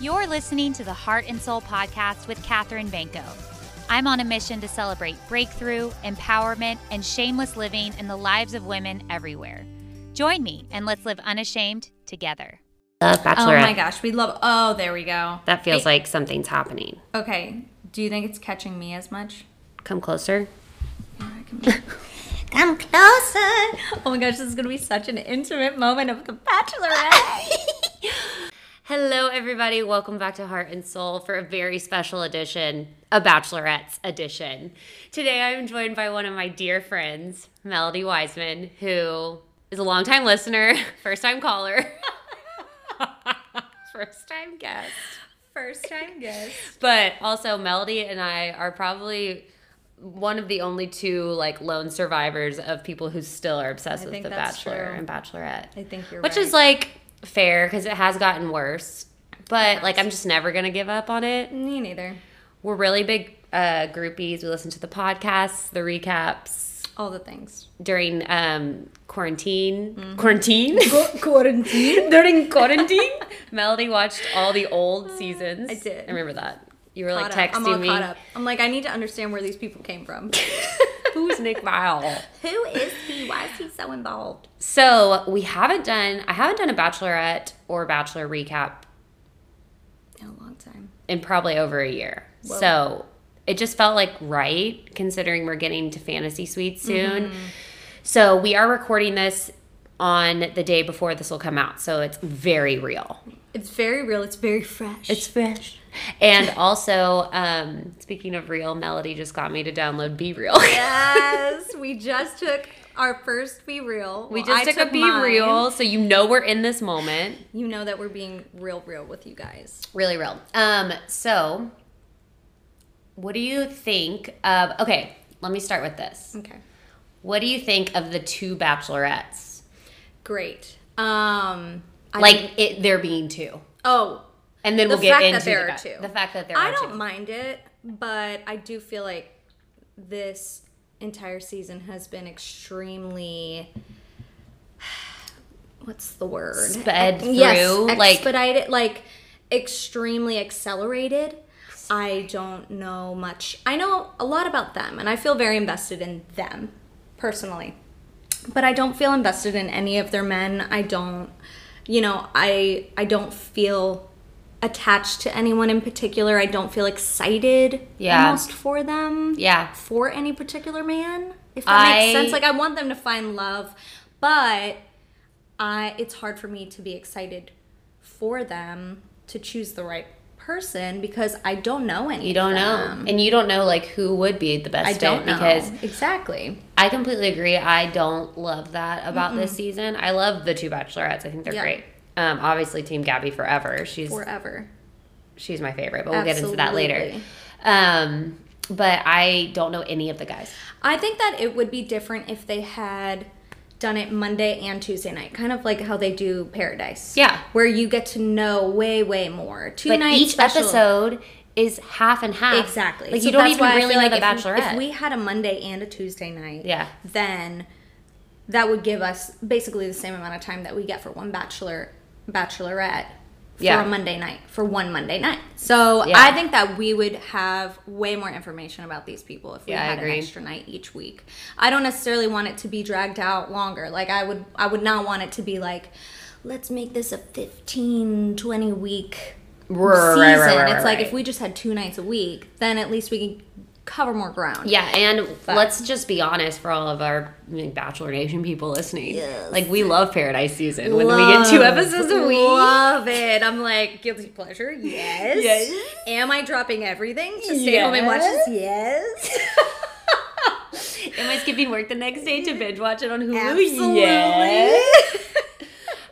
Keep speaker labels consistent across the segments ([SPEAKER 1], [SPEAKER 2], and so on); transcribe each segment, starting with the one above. [SPEAKER 1] You're listening to the Heart and Soul podcast with Katherine Banco. I'm on a mission to celebrate breakthrough, empowerment, and shameless living in the lives of women everywhere. Join me and let's live unashamed together.
[SPEAKER 2] Love Bachelorette.
[SPEAKER 3] Oh my gosh, we love. Oh, there we go.
[SPEAKER 2] That feels like something's happening.
[SPEAKER 3] Okay, do you think it's catching me as much?
[SPEAKER 2] Come closer.
[SPEAKER 3] Come closer. Oh my gosh, this is gonna be such an intimate moment of the Bachelorette.
[SPEAKER 2] Hello, everybody. Welcome back to Heart and Soul for a very special edition, a Bachelorette's edition. Today, I'm joined by one of my dear friends, Melody Wiseman, who is a longtime listener, first time caller, first time guest.
[SPEAKER 3] First time guest.
[SPEAKER 2] But also, Melody and I are probably one of the only two like lone survivors of people who still are obsessed
[SPEAKER 3] I
[SPEAKER 2] with
[SPEAKER 3] think
[SPEAKER 2] The
[SPEAKER 3] that's
[SPEAKER 2] Bachelor
[SPEAKER 3] true.
[SPEAKER 2] and Bachelorette.
[SPEAKER 3] I think you're
[SPEAKER 2] Which
[SPEAKER 3] right.
[SPEAKER 2] is like fair because it has gotten worse. But like, I'm just never gonna give up on it.
[SPEAKER 3] me neither.
[SPEAKER 2] We're really big uh, groupies. We listen to the podcasts, the recaps
[SPEAKER 3] All the things.
[SPEAKER 2] during um, quarantine.
[SPEAKER 3] Mm-hmm.
[SPEAKER 2] Quarantine?
[SPEAKER 3] Quarantine.
[SPEAKER 2] during quarantine? Melody watched all the old seasons.
[SPEAKER 3] I did.
[SPEAKER 2] I remember that. You were like
[SPEAKER 3] Caught up.
[SPEAKER 2] texting
[SPEAKER 3] I'm all
[SPEAKER 2] me.
[SPEAKER 3] caught up. I'm like, I need to understand where these people came from.
[SPEAKER 2] Who's Nick Vile?
[SPEAKER 3] Who is he? Why is he so involved?
[SPEAKER 2] So we haven't done. I haven't done a Bachelorette or Bachelor recap
[SPEAKER 3] In a long time.
[SPEAKER 2] in probably over a year. So it just felt like right considering we're getting to fantasy suite soon. So we are recording this on the day before this will come out. So it's very real.
[SPEAKER 3] It's very real. It's very fresh.
[SPEAKER 2] fresh. And also, um, speaking of real, Melody just got me to download Be Real.
[SPEAKER 3] yes. We just took our first be real.
[SPEAKER 2] we
[SPEAKER 3] Well,
[SPEAKER 2] just
[SPEAKER 3] I
[SPEAKER 2] took, a Be
[SPEAKER 3] mine.
[SPEAKER 2] Real, so you know we're in this moment.
[SPEAKER 3] You know that we're being real, real with you guys.
[SPEAKER 2] really real. Um, so what do you think of okay, let me start with this.
[SPEAKER 3] Okay.
[SPEAKER 2] What do you think of the two bachelorettes?
[SPEAKER 3] Great. Um. I
[SPEAKER 2] Like it there being two.
[SPEAKER 3] Oh,
[SPEAKER 2] And then
[SPEAKER 3] The
[SPEAKER 2] we'll get
[SPEAKER 3] fact that
[SPEAKER 2] into
[SPEAKER 3] there
[SPEAKER 2] the,
[SPEAKER 3] are
[SPEAKER 2] ba-
[SPEAKER 3] two.
[SPEAKER 2] the fact that there
[SPEAKER 3] I
[SPEAKER 2] are
[SPEAKER 3] don't
[SPEAKER 2] two.
[SPEAKER 3] mind it, but I do feel like this entire season has been extremely. What's the word?
[SPEAKER 2] Sped through,
[SPEAKER 3] Yes,
[SPEAKER 2] like-
[SPEAKER 3] expedited, like extremely accelerated. I don't know much. I know a lot about them, and I feel very invested in them personally but I don't feel invested in any of their men. I don't, you know, I I don't feel attached to anyone in particular. I don't feel excited
[SPEAKER 2] Yeah.
[SPEAKER 3] almost for them.
[SPEAKER 2] Yeah.
[SPEAKER 3] For any particular man, if that
[SPEAKER 2] I-
[SPEAKER 3] makes sense. Like I want them to find love, but I it's hard for me to be excited for them to choose the right person because I don't know any.
[SPEAKER 2] You
[SPEAKER 3] of
[SPEAKER 2] don't
[SPEAKER 3] them.
[SPEAKER 2] know. And you don't know like who would be the best
[SPEAKER 3] I don't
[SPEAKER 2] fit
[SPEAKER 3] know
[SPEAKER 2] because
[SPEAKER 3] exactly.
[SPEAKER 2] I completely agree. I don't love that about this season. I love the two bachelorettes. I think they're
[SPEAKER 3] Yeah.
[SPEAKER 2] great. Um, obviously team Gabby forever. She's
[SPEAKER 3] Forever.
[SPEAKER 2] she's my favorite, but we'll get into that later.
[SPEAKER 3] Absolutely.
[SPEAKER 2] Um, but I don't know any of the guys.
[SPEAKER 3] I think that it would be different if they had done it Monday and Tuesday night, kind of like how they do Paradise.
[SPEAKER 2] Yeah.
[SPEAKER 3] Where you get to know way, way more. Two
[SPEAKER 2] But
[SPEAKER 3] nights.
[SPEAKER 2] each episode is half and half.
[SPEAKER 3] Exactly.
[SPEAKER 2] Like
[SPEAKER 3] So
[SPEAKER 2] you don't
[SPEAKER 3] that's
[SPEAKER 2] even
[SPEAKER 3] why I
[SPEAKER 2] really
[SPEAKER 3] feel
[SPEAKER 2] know the
[SPEAKER 3] like if-
[SPEAKER 2] Bachelorette.
[SPEAKER 3] If we had a Monday and a Tuesday night,
[SPEAKER 2] Yeah.
[SPEAKER 3] then that would give us basically the same amount of time that we get for one bachelor bachelorette for
[SPEAKER 2] Yeah.
[SPEAKER 3] a Monday night, for one Monday night. So
[SPEAKER 2] Yeah.
[SPEAKER 3] I think that we would have way more information about these people if we
[SPEAKER 2] Yeah, I
[SPEAKER 3] had an
[SPEAKER 2] agree.
[SPEAKER 3] extra night each week. I don't necessarily want it to be dragged out longer. Like I would I would not want it to be like let's make this a 15 20 week
[SPEAKER 2] Right,
[SPEAKER 3] season.
[SPEAKER 2] right, right, right,
[SPEAKER 3] it's like
[SPEAKER 2] right.
[SPEAKER 3] if we just had two nights a week, then at least we can cover more ground.
[SPEAKER 2] yeah, and let's just be honest for all of our I mean, Bachelor Nation people listening. Like we love Paradise season when we get two
[SPEAKER 3] Love,
[SPEAKER 2] episodes a week.
[SPEAKER 3] Love it. I'm like guilty pleasure. Yes.
[SPEAKER 2] Yes.
[SPEAKER 3] Am I dropping everything to stay home and watch this? Yes.
[SPEAKER 2] Am I skipping work the next day to binge watch it on Hulu?
[SPEAKER 3] Absolutely.
[SPEAKER 2] Yes.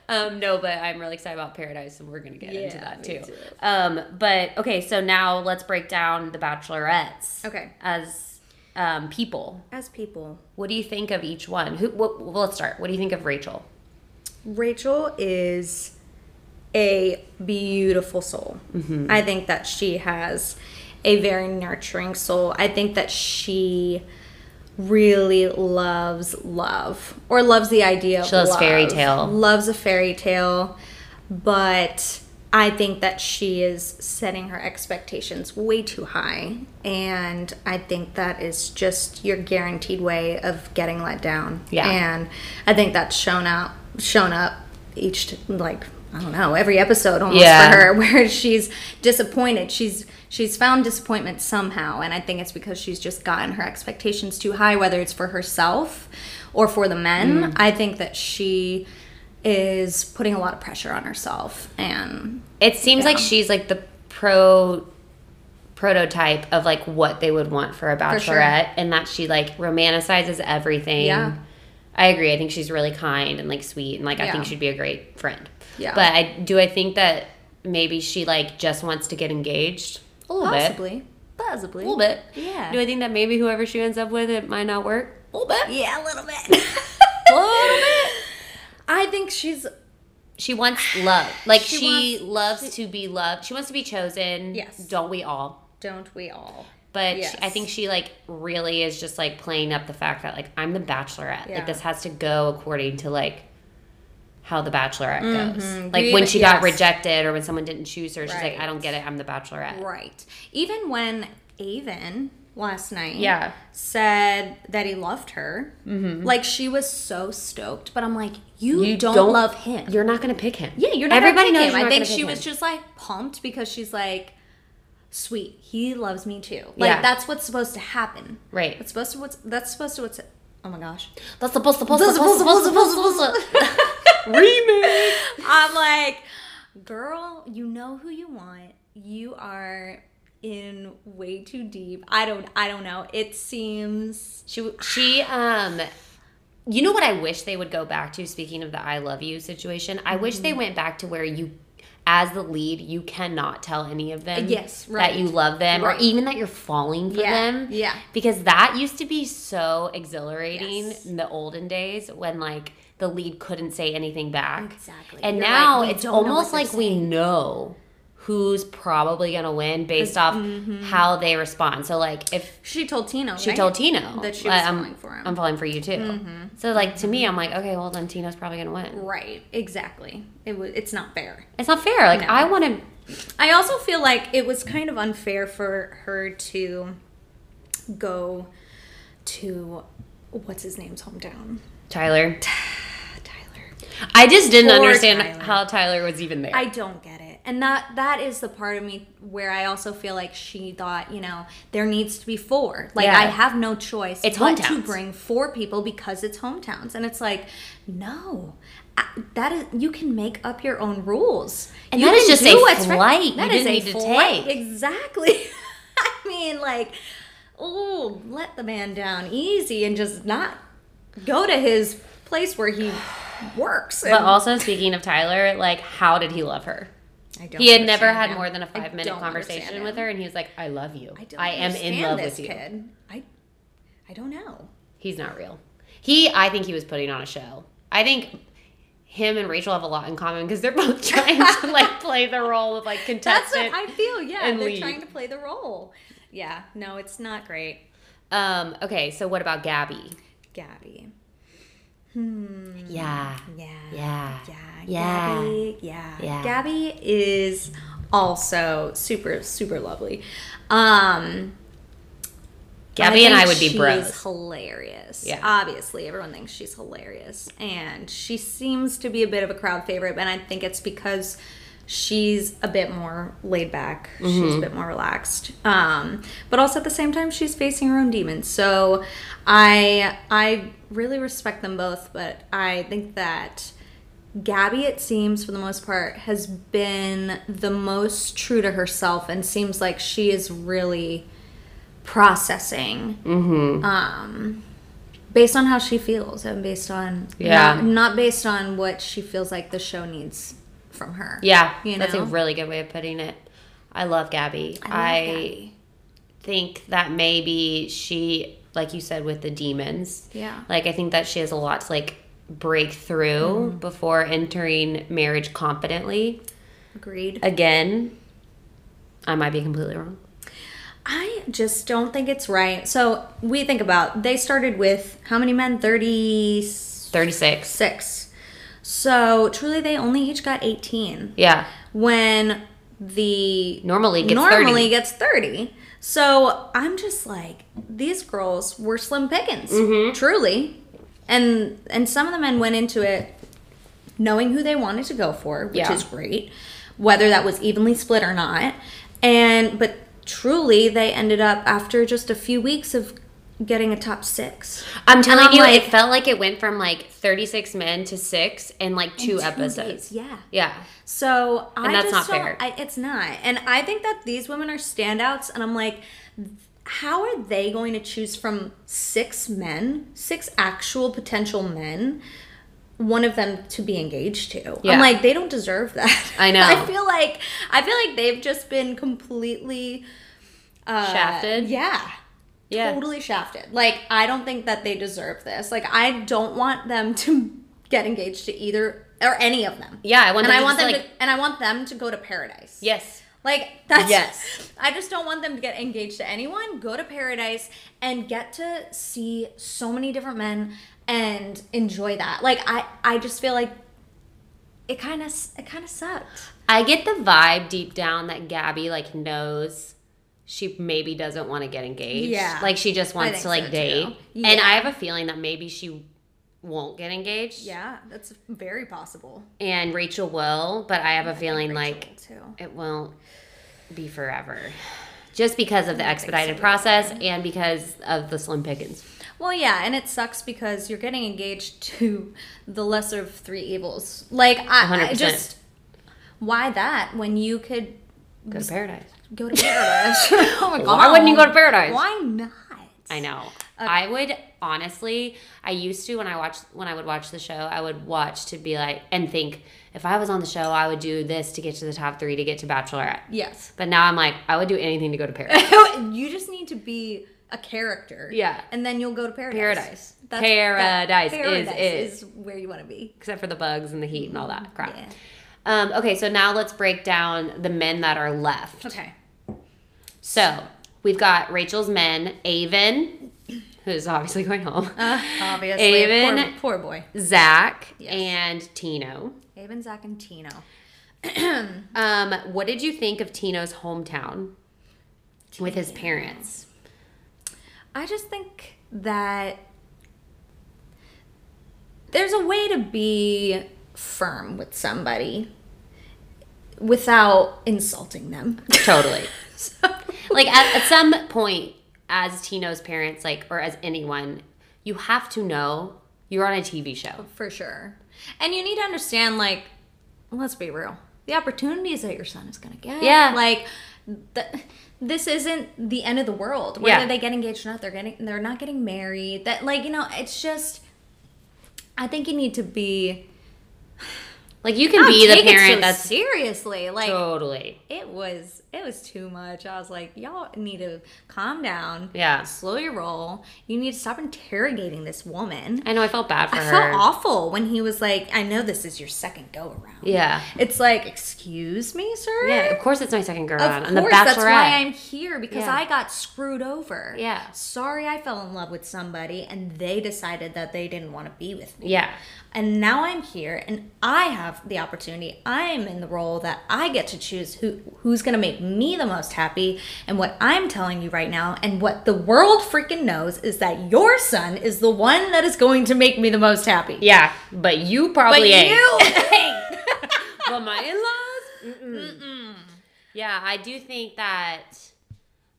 [SPEAKER 2] Um, no, but I'm really excited about Paradise, and we're gonna get into
[SPEAKER 3] Yeah,
[SPEAKER 2] that
[SPEAKER 3] me
[SPEAKER 2] too.
[SPEAKER 3] too.
[SPEAKER 2] Um, but okay, so now let's break down the Bachelorettes.
[SPEAKER 3] Okay.
[SPEAKER 2] As um, people,
[SPEAKER 3] As people,
[SPEAKER 2] what do you think of each one? Who? What, well, let's start. What do you think of Rachel?
[SPEAKER 3] Rachel is a beautiful soul. I think that she has a very nurturing soul. I think that she really loves love or loves the idea of
[SPEAKER 2] She loves
[SPEAKER 3] love.
[SPEAKER 2] fairy tale.
[SPEAKER 3] Loves a fairy tale, but I think that she is setting her expectations way too high. And I think that is just your guaranteed way of getting let down.
[SPEAKER 2] Yeah.
[SPEAKER 3] And I think that's shown up, shown up each, t- like, I don't know, every episode almost
[SPEAKER 2] Yeah.
[SPEAKER 3] for her where she's disappointed. She's, she's found disappointment somehow. And I think it's because she's just gotten her expectations too high, whether it's for herself or for the
[SPEAKER 2] Mm.
[SPEAKER 3] men. I think that she is putting a lot of pressure on herself and
[SPEAKER 2] It seems like she's like the pro prototype of like what they would want for a bachelorette
[SPEAKER 3] sure.
[SPEAKER 2] and that she like romanticizes everything.
[SPEAKER 3] Yeah.
[SPEAKER 2] I agree. I think she's really kind and like sweet and like I
[SPEAKER 3] Yeah.
[SPEAKER 2] think she'd be a great friend.
[SPEAKER 3] Yeah.
[SPEAKER 2] But I do I think that maybe she like just wants to get engaged a little bit.
[SPEAKER 3] possibly possibly
[SPEAKER 2] A little bit.
[SPEAKER 3] Yeah.
[SPEAKER 2] Do I think that maybe whoever she ends up with it might not work? A little bit.
[SPEAKER 3] yeah a little bit
[SPEAKER 2] A little bit.
[SPEAKER 3] i think she's
[SPEAKER 2] She wants love. Like she,
[SPEAKER 3] She
[SPEAKER 2] loves to be loved. She wants to be chosen.
[SPEAKER 3] Yes.
[SPEAKER 2] Don't we all?
[SPEAKER 3] don't we all
[SPEAKER 2] But she-
[SPEAKER 3] Yes.
[SPEAKER 2] I think she like really is just like playing up the fact that like I'm the bachelorette.
[SPEAKER 3] Yeah.
[SPEAKER 2] Like this has to go according to like how the bachelorette goes.
[SPEAKER 3] Mhm.
[SPEAKER 2] Like
[SPEAKER 3] You
[SPEAKER 2] when
[SPEAKER 3] even-
[SPEAKER 2] she got
[SPEAKER 3] yes.
[SPEAKER 2] rejected or when someone didn't choose her, she's like,
[SPEAKER 3] Right.
[SPEAKER 2] I don't get it. I'm the bachelorette.
[SPEAKER 3] right even when avon last night
[SPEAKER 2] Yeah.
[SPEAKER 3] said that he loved her
[SPEAKER 2] Mm-hmm.
[SPEAKER 3] like she was so stoked but i'm like you, don't, love him
[SPEAKER 2] You're not gonna pick him.
[SPEAKER 3] yeah you're not everybody
[SPEAKER 2] Everybody
[SPEAKER 3] gonna
[SPEAKER 2] knows
[SPEAKER 3] pick knows
[SPEAKER 2] you're
[SPEAKER 3] him.
[SPEAKER 2] not
[SPEAKER 3] i think
[SPEAKER 2] gonna
[SPEAKER 3] she
[SPEAKER 2] pick
[SPEAKER 3] was
[SPEAKER 2] him.
[SPEAKER 3] just like pumped because she's like sweet he loves me too like
[SPEAKER 2] Yeah.
[SPEAKER 3] that's what's supposed to happen
[SPEAKER 2] Right.
[SPEAKER 3] that's supposed to what's that's supposed to what's oh my gosh
[SPEAKER 2] That's the supposed to
[SPEAKER 3] That's supposed to- supposed to-
[SPEAKER 2] remix.
[SPEAKER 3] I'm like, girl, you know who you want. You are in way too deep. I don't I don't know. It seems
[SPEAKER 2] She she um you know what I wish they would go back to speaking of the I love you situation? I wish
[SPEAKER 3] Mm-hmm.
[SPEAKER 2] they went back to where you as the lead, you cannot tell any of them
[SPEAKER 3] Yes,
[SPEAKER 2] that
[SPEAKER 3] right.
[SPEAKER 2] you love them
[SPEAKER 3] Right.
[SPEAKER 2] or even that you're falling for
[SPEAKER 3] Yeah,
[SPEAKER 2] them.
[SPEAKER 3] yeah.
[SPEAKER 2] Because that used to be so exhilarating
[SPEAKER 3] Yes.
[SPEAKER 2] in the olden days when like the lead couldn't say anything back.
[SPEAKER 3] Exactly.
[SPEAKER 2] And
[SPEAKER 3] You're like,
[SPEAKER 2] now
[SPEAKER 3] we
[SPEAKER 2] it's
[SPEAKER 3] don't know what
[SPEAKER 2] almost
[SPEAKER 3] they're
[SPEAKER 2] like we know who's probably going to win based off
[SPEAKER 3] mm-hmm.
[SPEAKER 2] how they respond. So like if
[SPEAKER 3] she told Tino.
[SPEAKER 2] she told Tino
[SPEAKER 3] that she was
[SPEAKER 2] like, I'm-
[SPEAKER 3] falling for him. Mm-hmm.
[SPEAKER 2] I'm falling for you too. So like to me, I'm like, okay, well then Tino's probably gonna win.
[SPEAKER 3] Right, exactly. It was it's not fair.
[SPEAKER 2] It's not fair. Like
[SPEAKER 3] No.
[SPEAKER 2] I want to.
[SPEAKER 3] I also feel like it was kind of unfair for her to go to what's his name's hometown.
[SPEAKER 2] Tyler,
[SPEAKER 3] Tyler.
[SPEAKER 2] I just didn't
[SPEAKER 3] Poor
[SPEAKER 2] understand
[SPEAKER 3] Tyler.
[SPEAKER 2] how Tyler was even there.
[SPEAKER 3] I don't get it. And that that is the part of me where I also feel like she thought, you know, there needs to be four. Like
[SPEAKER 2] Yeah.
[SPEAKER 3] I have no choice
[SPEAKER 2] It's
[SPEAKER 3] but to
[SPEAKER 2] hometowns.
[SPEAKER 3] bring four people because it's hometowns. And it's like, no. I- That is you can make up your own rules.
[SPEAKER 2] And
[SPEAKER 3] you
[SPEAKER 2] that is
[SPEAKER 3] can
[SPEAKER 2] just
[SPEAKER 3] do
[SPEAKER 2] a
[SPEAKER 3] what's right-
[SPEAKER 2] flight you
[SPEAKER 3] That is
[SPEAKER 2] didn't
[SPEAKER 3] a
[SPEAKER 2] need to
[SPEAKER 3] flight.
[SPEAKER 2] take.
[SPEAKER 3] Exactly. I mean, like, oh, let the man down easy and just not go to his place where he works.
[SPEAKER 2] but
[SPEAKER 3] and-
[SPEAKER 2] also speaking of Tyler, like how did he love her?
[SPEAKER 3] I don't
[SPEAKER 2] He had never
[SPEAKER 3] understand
[SPEAKER 2] had
[SPEAKER 3] him.
[SPEAKER 2] more than a
[SPEAKER 3] I
[SPEAKER 2] five minute
[SPEAKER 3] don't
[SPEAKER 2] conversation
[SPEAKER 3] understand
[SPEAKER 2] with
[SPEAKER 3] him.
[SPEAKER 2] her, and he was like, I love you.
[SPEAKER 3] I, don't
[SPEAKER 2] I am in
[SPEAKER 3] understand
[SPEAKER 2] love
[SPEAKER 3] this
[SPEAKER 2] with you.
[SPEAKER 3] Kid. I, I don't know.
[SPEAKER 2] He's not real. He, I think he was putting on a show. I think him and Rachel have a lot in common because they're both trying to like play the role of like
[SPEAKER 3] That's
[SPEAKER 2] contestant.
[SPEAKER 3] what I feel. Yeah,
[SPEAKER 2] and
[SPEAKER 3] they're
[SPEAKER 2] lead.
[SPEAKER 3] trying to play the role. Yeah, no, it's not great.
[SPEAKER 2] Um, okay, so what about Gabby?
[SPEAKER 3] Gabby.
[SPEAKER 2] Yeah.
[SPEAKER 3] Mm, Yeah.
[SPEAKER 2] Yeah.
[SPEAKER 3] Yeah.
[SPEAKER 2] Yeah.
[SPEAKER 3] Gabby. Yeah.
[SPEAKER 2] Yeah.
[SPEAKER 3] Gabby is also super super lovely. Um
[SPEAKER 2] Gabby and I
[SPEAKER 3] think
[SPEAKER 2] would be
[SPEAKER 3] she's
[SPEAKER 2] bros.
[SPEAKER 3] Hilarious.
[SPEAKER 2] Yeah.
[SPEAKER 3] Obviously, everyone thinks she's hilarious, and she seems to be a bit of a crowd favorite. And I think it's because she's a bit more laid back. She's
[SPEAKER 2] Mm-hmm.
[SPEAKER 3] a bit more relaxed. Um, but also at the same time, she's facing her own demons. So I I really respect them both, but I think that. Gabby, it seems, for the most part, has been the most true to herself and seems like she is really processing
[SPEAKER 2] Mm-hmm.
[SPEAKER 3] um, based on how she feels and based on
[SPEAKER 2] Yeah.
[SPEAKER 3] not, not based on what she feels like the show needs from her.
[SPEAKER 2] Yeah.
[SPEAKER 3] You
[SPEAKER 2] That's
[SPEAKER 3] know?
[SPEAKER 2] a really good way of putting it. I love Gabby. I,
[SPEAKER 3] love Gabby.
[SPEAKER 2] think that maybe she, like you said, with the demons.
[SPEAKER 3] Yeah.
[SPEAKER 2] Like I think that she has a lot to like break through
[SPEAKER 3] Mm-hmm.
[SPEAKER 2] before entering marriage confidently.
[SPEAKER 3] Agreed.
[SPEAKER 2] Again, I might be completely wrong.
[SPEAKER 3] I just don't think it's right. So we think about they started with how many men? Thirty
[SPEAKER 2] 36.
[SPEAKER 3] six. So truly, they only each got 18
[SPEAKER 2] Yeah.
[SPEAKER 3] when the
[SPEAKER 2] Normally gets
[SPEAKER 3] normally
[SPEAKER 2] 30.
[SPEAKER 3] gets 30. So I'm just like, these girls were slim pickings,
[SPEAKER 2] Mm-hmm.
[SPEAKER 3] truly. And and some of the men went into it knowing who they wanted to go for, which
[SPEAKER 2] Yeah.
[SPEAKER 3] is great, whether that was evenly split or not. And but truly they ended up after just a few weeks of getting a top six.
[SPEAKER 2] I'm telling
[SPEAKER 3] I'm
[SPEAKER 2] you,
[SPEAKER 3] like-
[SPEAKER 2] it felt like it went from like 36 men to six in like two, episodes.
[SPEAKER 3] days, Yeah.
[SPEAKER 2] Yeah.
[SPEAKER 3] So I
[SPEAKER 2] that's not
[SPEAKER 3] just don't-
[SPEAKER 2] fair.
[SPEAKER 3] I, it's not, and I think that these women are standouts, and I'm like, how are they going to choose from six men, six actual potential men, one of them to be engaged to?
[SPEAKER 2] Yeah.
[SPEAKER 3] I'm like, they don't deserve that.
[SPEAKER 2] I know.
[SPEAKER 3] I feel like I feel like they've just been completely uh,
[SPEAKER 2] Shafted?
[SPEAKER 3] Yeah.
[SPEAKER 2] Yeah.
[SPEAKER 3] Totally shafted. Like, I don't think that they deserve this. Like, I don't want them to get engaged to either or any of them
[SPEAKER 2] Yeah. I want
[SPEAKER 3] and
[SPEAKER 2] them
[SPEAKER 3] I want
[SPEAKER 2] to
[SPEAKER 3] them
[SPEAKER 2] just, like,
[SPEAKER 3] to, and I want them to go to paradise.
[SPEAKER 2] yes.
[SPEAKER 3] Like that's
[SPEAKER 2] Yes.
[SPEAKER 3] I just don't want them to get engaged to anyone, go to paradise and get to see so many different men and enjoy that. Like I I just feel like it kind of it kind of sucked.
[SPEAKER 2] I get the vibe deep down that Gabby like knows she maybe doesn't want to get engaged.
[SPEAKER 3] Yeah.
[SPEAKER 2] Like she just wants
[SPEAKER 3] think
[SPEAKER 2] to like
[SPEAKER 3] so, too.
[SPEAKER 2] date.
[SPEAKER 3] Yeah.
[SPEAKER 2] And I have a feeling that maybe she won't get engaged.
[SPEAKER 3] Yeah, that's very possible.
[SPEAKER 2] And Rachel will, but I have a feeling like
[SPEAKER 3] too.
[SPEAKER 2] it won't be forever. Just because of the expedited process and because of the slim pickings.
[SPEAKER 3] Well, yeah, and it sucks because you're getting engaged to the lesser of three evils. Like I, I
[SPEAKER 2] 100%.
[SPEAKER 3] just why that when you could
[SPEAKER 2] Go to paradise.
[SPEAKER 3] go to paradise? oh my god!
[SPEAKER 2] Why wouldn't you go to paradise?
[SPEAKER 3] Why not?
[SPEAKER 2] I know. I would honestly, I used to when I watched when I would watch the show, I would watch to be like and think if I was on the show, I would do this to get to the top 3 to get to bachelorette.
[SPEAKER 3] Yes.
[SPEAKER 2] But now I'm like, I would do anything to go to Paradise.
[SPEAKER 3] you just need to be a character.
[SPEAKER 2] Yeah.
[SPEAKER 3] And then you'll go to paradise.
[SPEAKER 2] Paradise.
[SPEAKER 3] That's-
[SPEAKER 2] Paradise is
[SPEAKER 3] paradise
[SPEAKER 2] it.
[SPEAKER 3] is where you want to be.
[SPEAKER 2] Except for the bugs and the heat and all that crap.
[SPEAKER 3] Yeah.
[SPEAKER 2] Um, okay, so now let's break down the men that are left.
[SPEAKER 3] Okay.
[SPEAKER 2] So we've got Rachel's men, Avon, who's obviously going home,
[SPEAKER 3] Obviously.
[SPEAKER 2] Avon-
[SPEAKER 3] Poor, poor boy.
[SPEAKER 2] Zach,
[SPEAKER 3] Uh-huh. Yes.
[SPEAKER 2] and Tino.
[SPEAKER 3] Avon, Zach, and Tino.
[SPEAKER 2] Um, what did you think of Tino's hometown with his parents?
[SPEAKER 3] I just think that there's a way to be firm with somebody without insulting them.
[SPEAKER 2] Totally.
[SPEAKER 3] So-
[SPEAKER 2] like at, at some point, as Tino's parents, like or as anyone, you have to know you're on a TV show.
[SPEAKER 3] For sure. And you need to understand, like, let's be real. The opportunities that your son is going to get.
[SPEAKER 2] Yeah.
[SPEAKER 3] Like, th- this isn't the end of the world. Whether
[SPEAKER 2] Yeah.
[SPEAKER 3] they get engaged or not, they're getting they're not getting married. That like you know, it's just. I think you need to be
[SPEAKER 2] Like you can be the
[SPEAKER 3] Oh, take it so
[SPEAKER 2] parent that's
[SPEAKER 3] seriously like
[SPEAKER 2] totally
[SPEAKER 3] it was it was too much. I was like, y'all need to calm down.
[SPEAKER 2] yeah.
[SPEAKER 3] Slow your roll. You need to stop interrogating this woman.
[SPEAKER 2] I know. I felt bad for
[SPEAKER 3] I
[SPEAKER 2] her.
[SPEAKER 3] felt awful when he was like, I know this is your second go around.
[SPEAKER 2] Yeah.
[SPEAKER 3] It's like, excuse me, sir?
[SPEAKER 2] Yeah, of course it's my second girl.
[SPEAKER 3] Of
[SPEAKER 2] on.
[SPEAKER 3] course,
[SPEAKER 2] And the bachelorette.
[SPEAKER 3] that's why I'm here because
[SPEAKER 2] Yeah.
[SPEAKER 3] I got screwed over.
[SPEAKER 2] Yeah.
[SPEAKER 3] Sorry I fell in love with somebody and they decided that they didn't want to be with me.
[SPEAKER 2] yeah.
[SPEAKER 3] And now I'm here and I have the opportunity. I'm in the role that I get to choose who who's going to make me the most happy and what I'm telling you right now and what the world freaking knows is that your son is the one that is going to make me the most happy.
[SPEAKER 2] Yeah. But you probably ain't.
[SPEAKER 3] you
[SPEAKER 2] but my
[SPEAKER 3] Mm-hmm.
[SPEAKER 2] in-laws mm-mm. yeah i do think that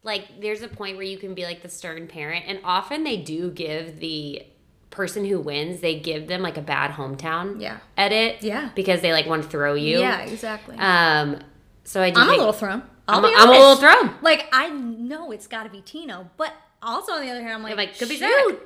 [SPEAKER 2] like there's a point where you can be like the stern parent and often they do give the person who wins they give them like a bad hometown
[SPEAKER 3] Yeah.
[SPEAKER 2] edit
[SPEAKER 3] Yeah.
[SPEAKER 2] because they like want to throw you
[SPEAKER 3] Yeah, exactly.
[SPEAKER 2] um so i do
[SPEAKER 3] I'm a
[SPEAKER 2] think-
[SPEAKER 3] little thrown. I'll
[SPEAKER 2] I'm,
[SPEAKER 3] be
[SPEAKER 2] a- I'm a
[SPEAKER 3] honest.
[SPEAKER 2] little thrown
[SPEAKER 3] Like I know it's got to be Tino, but also on the other hand, I'm like,
[SPEAKER 2] like, could be Zach.
[SPEAKER 3] shoot.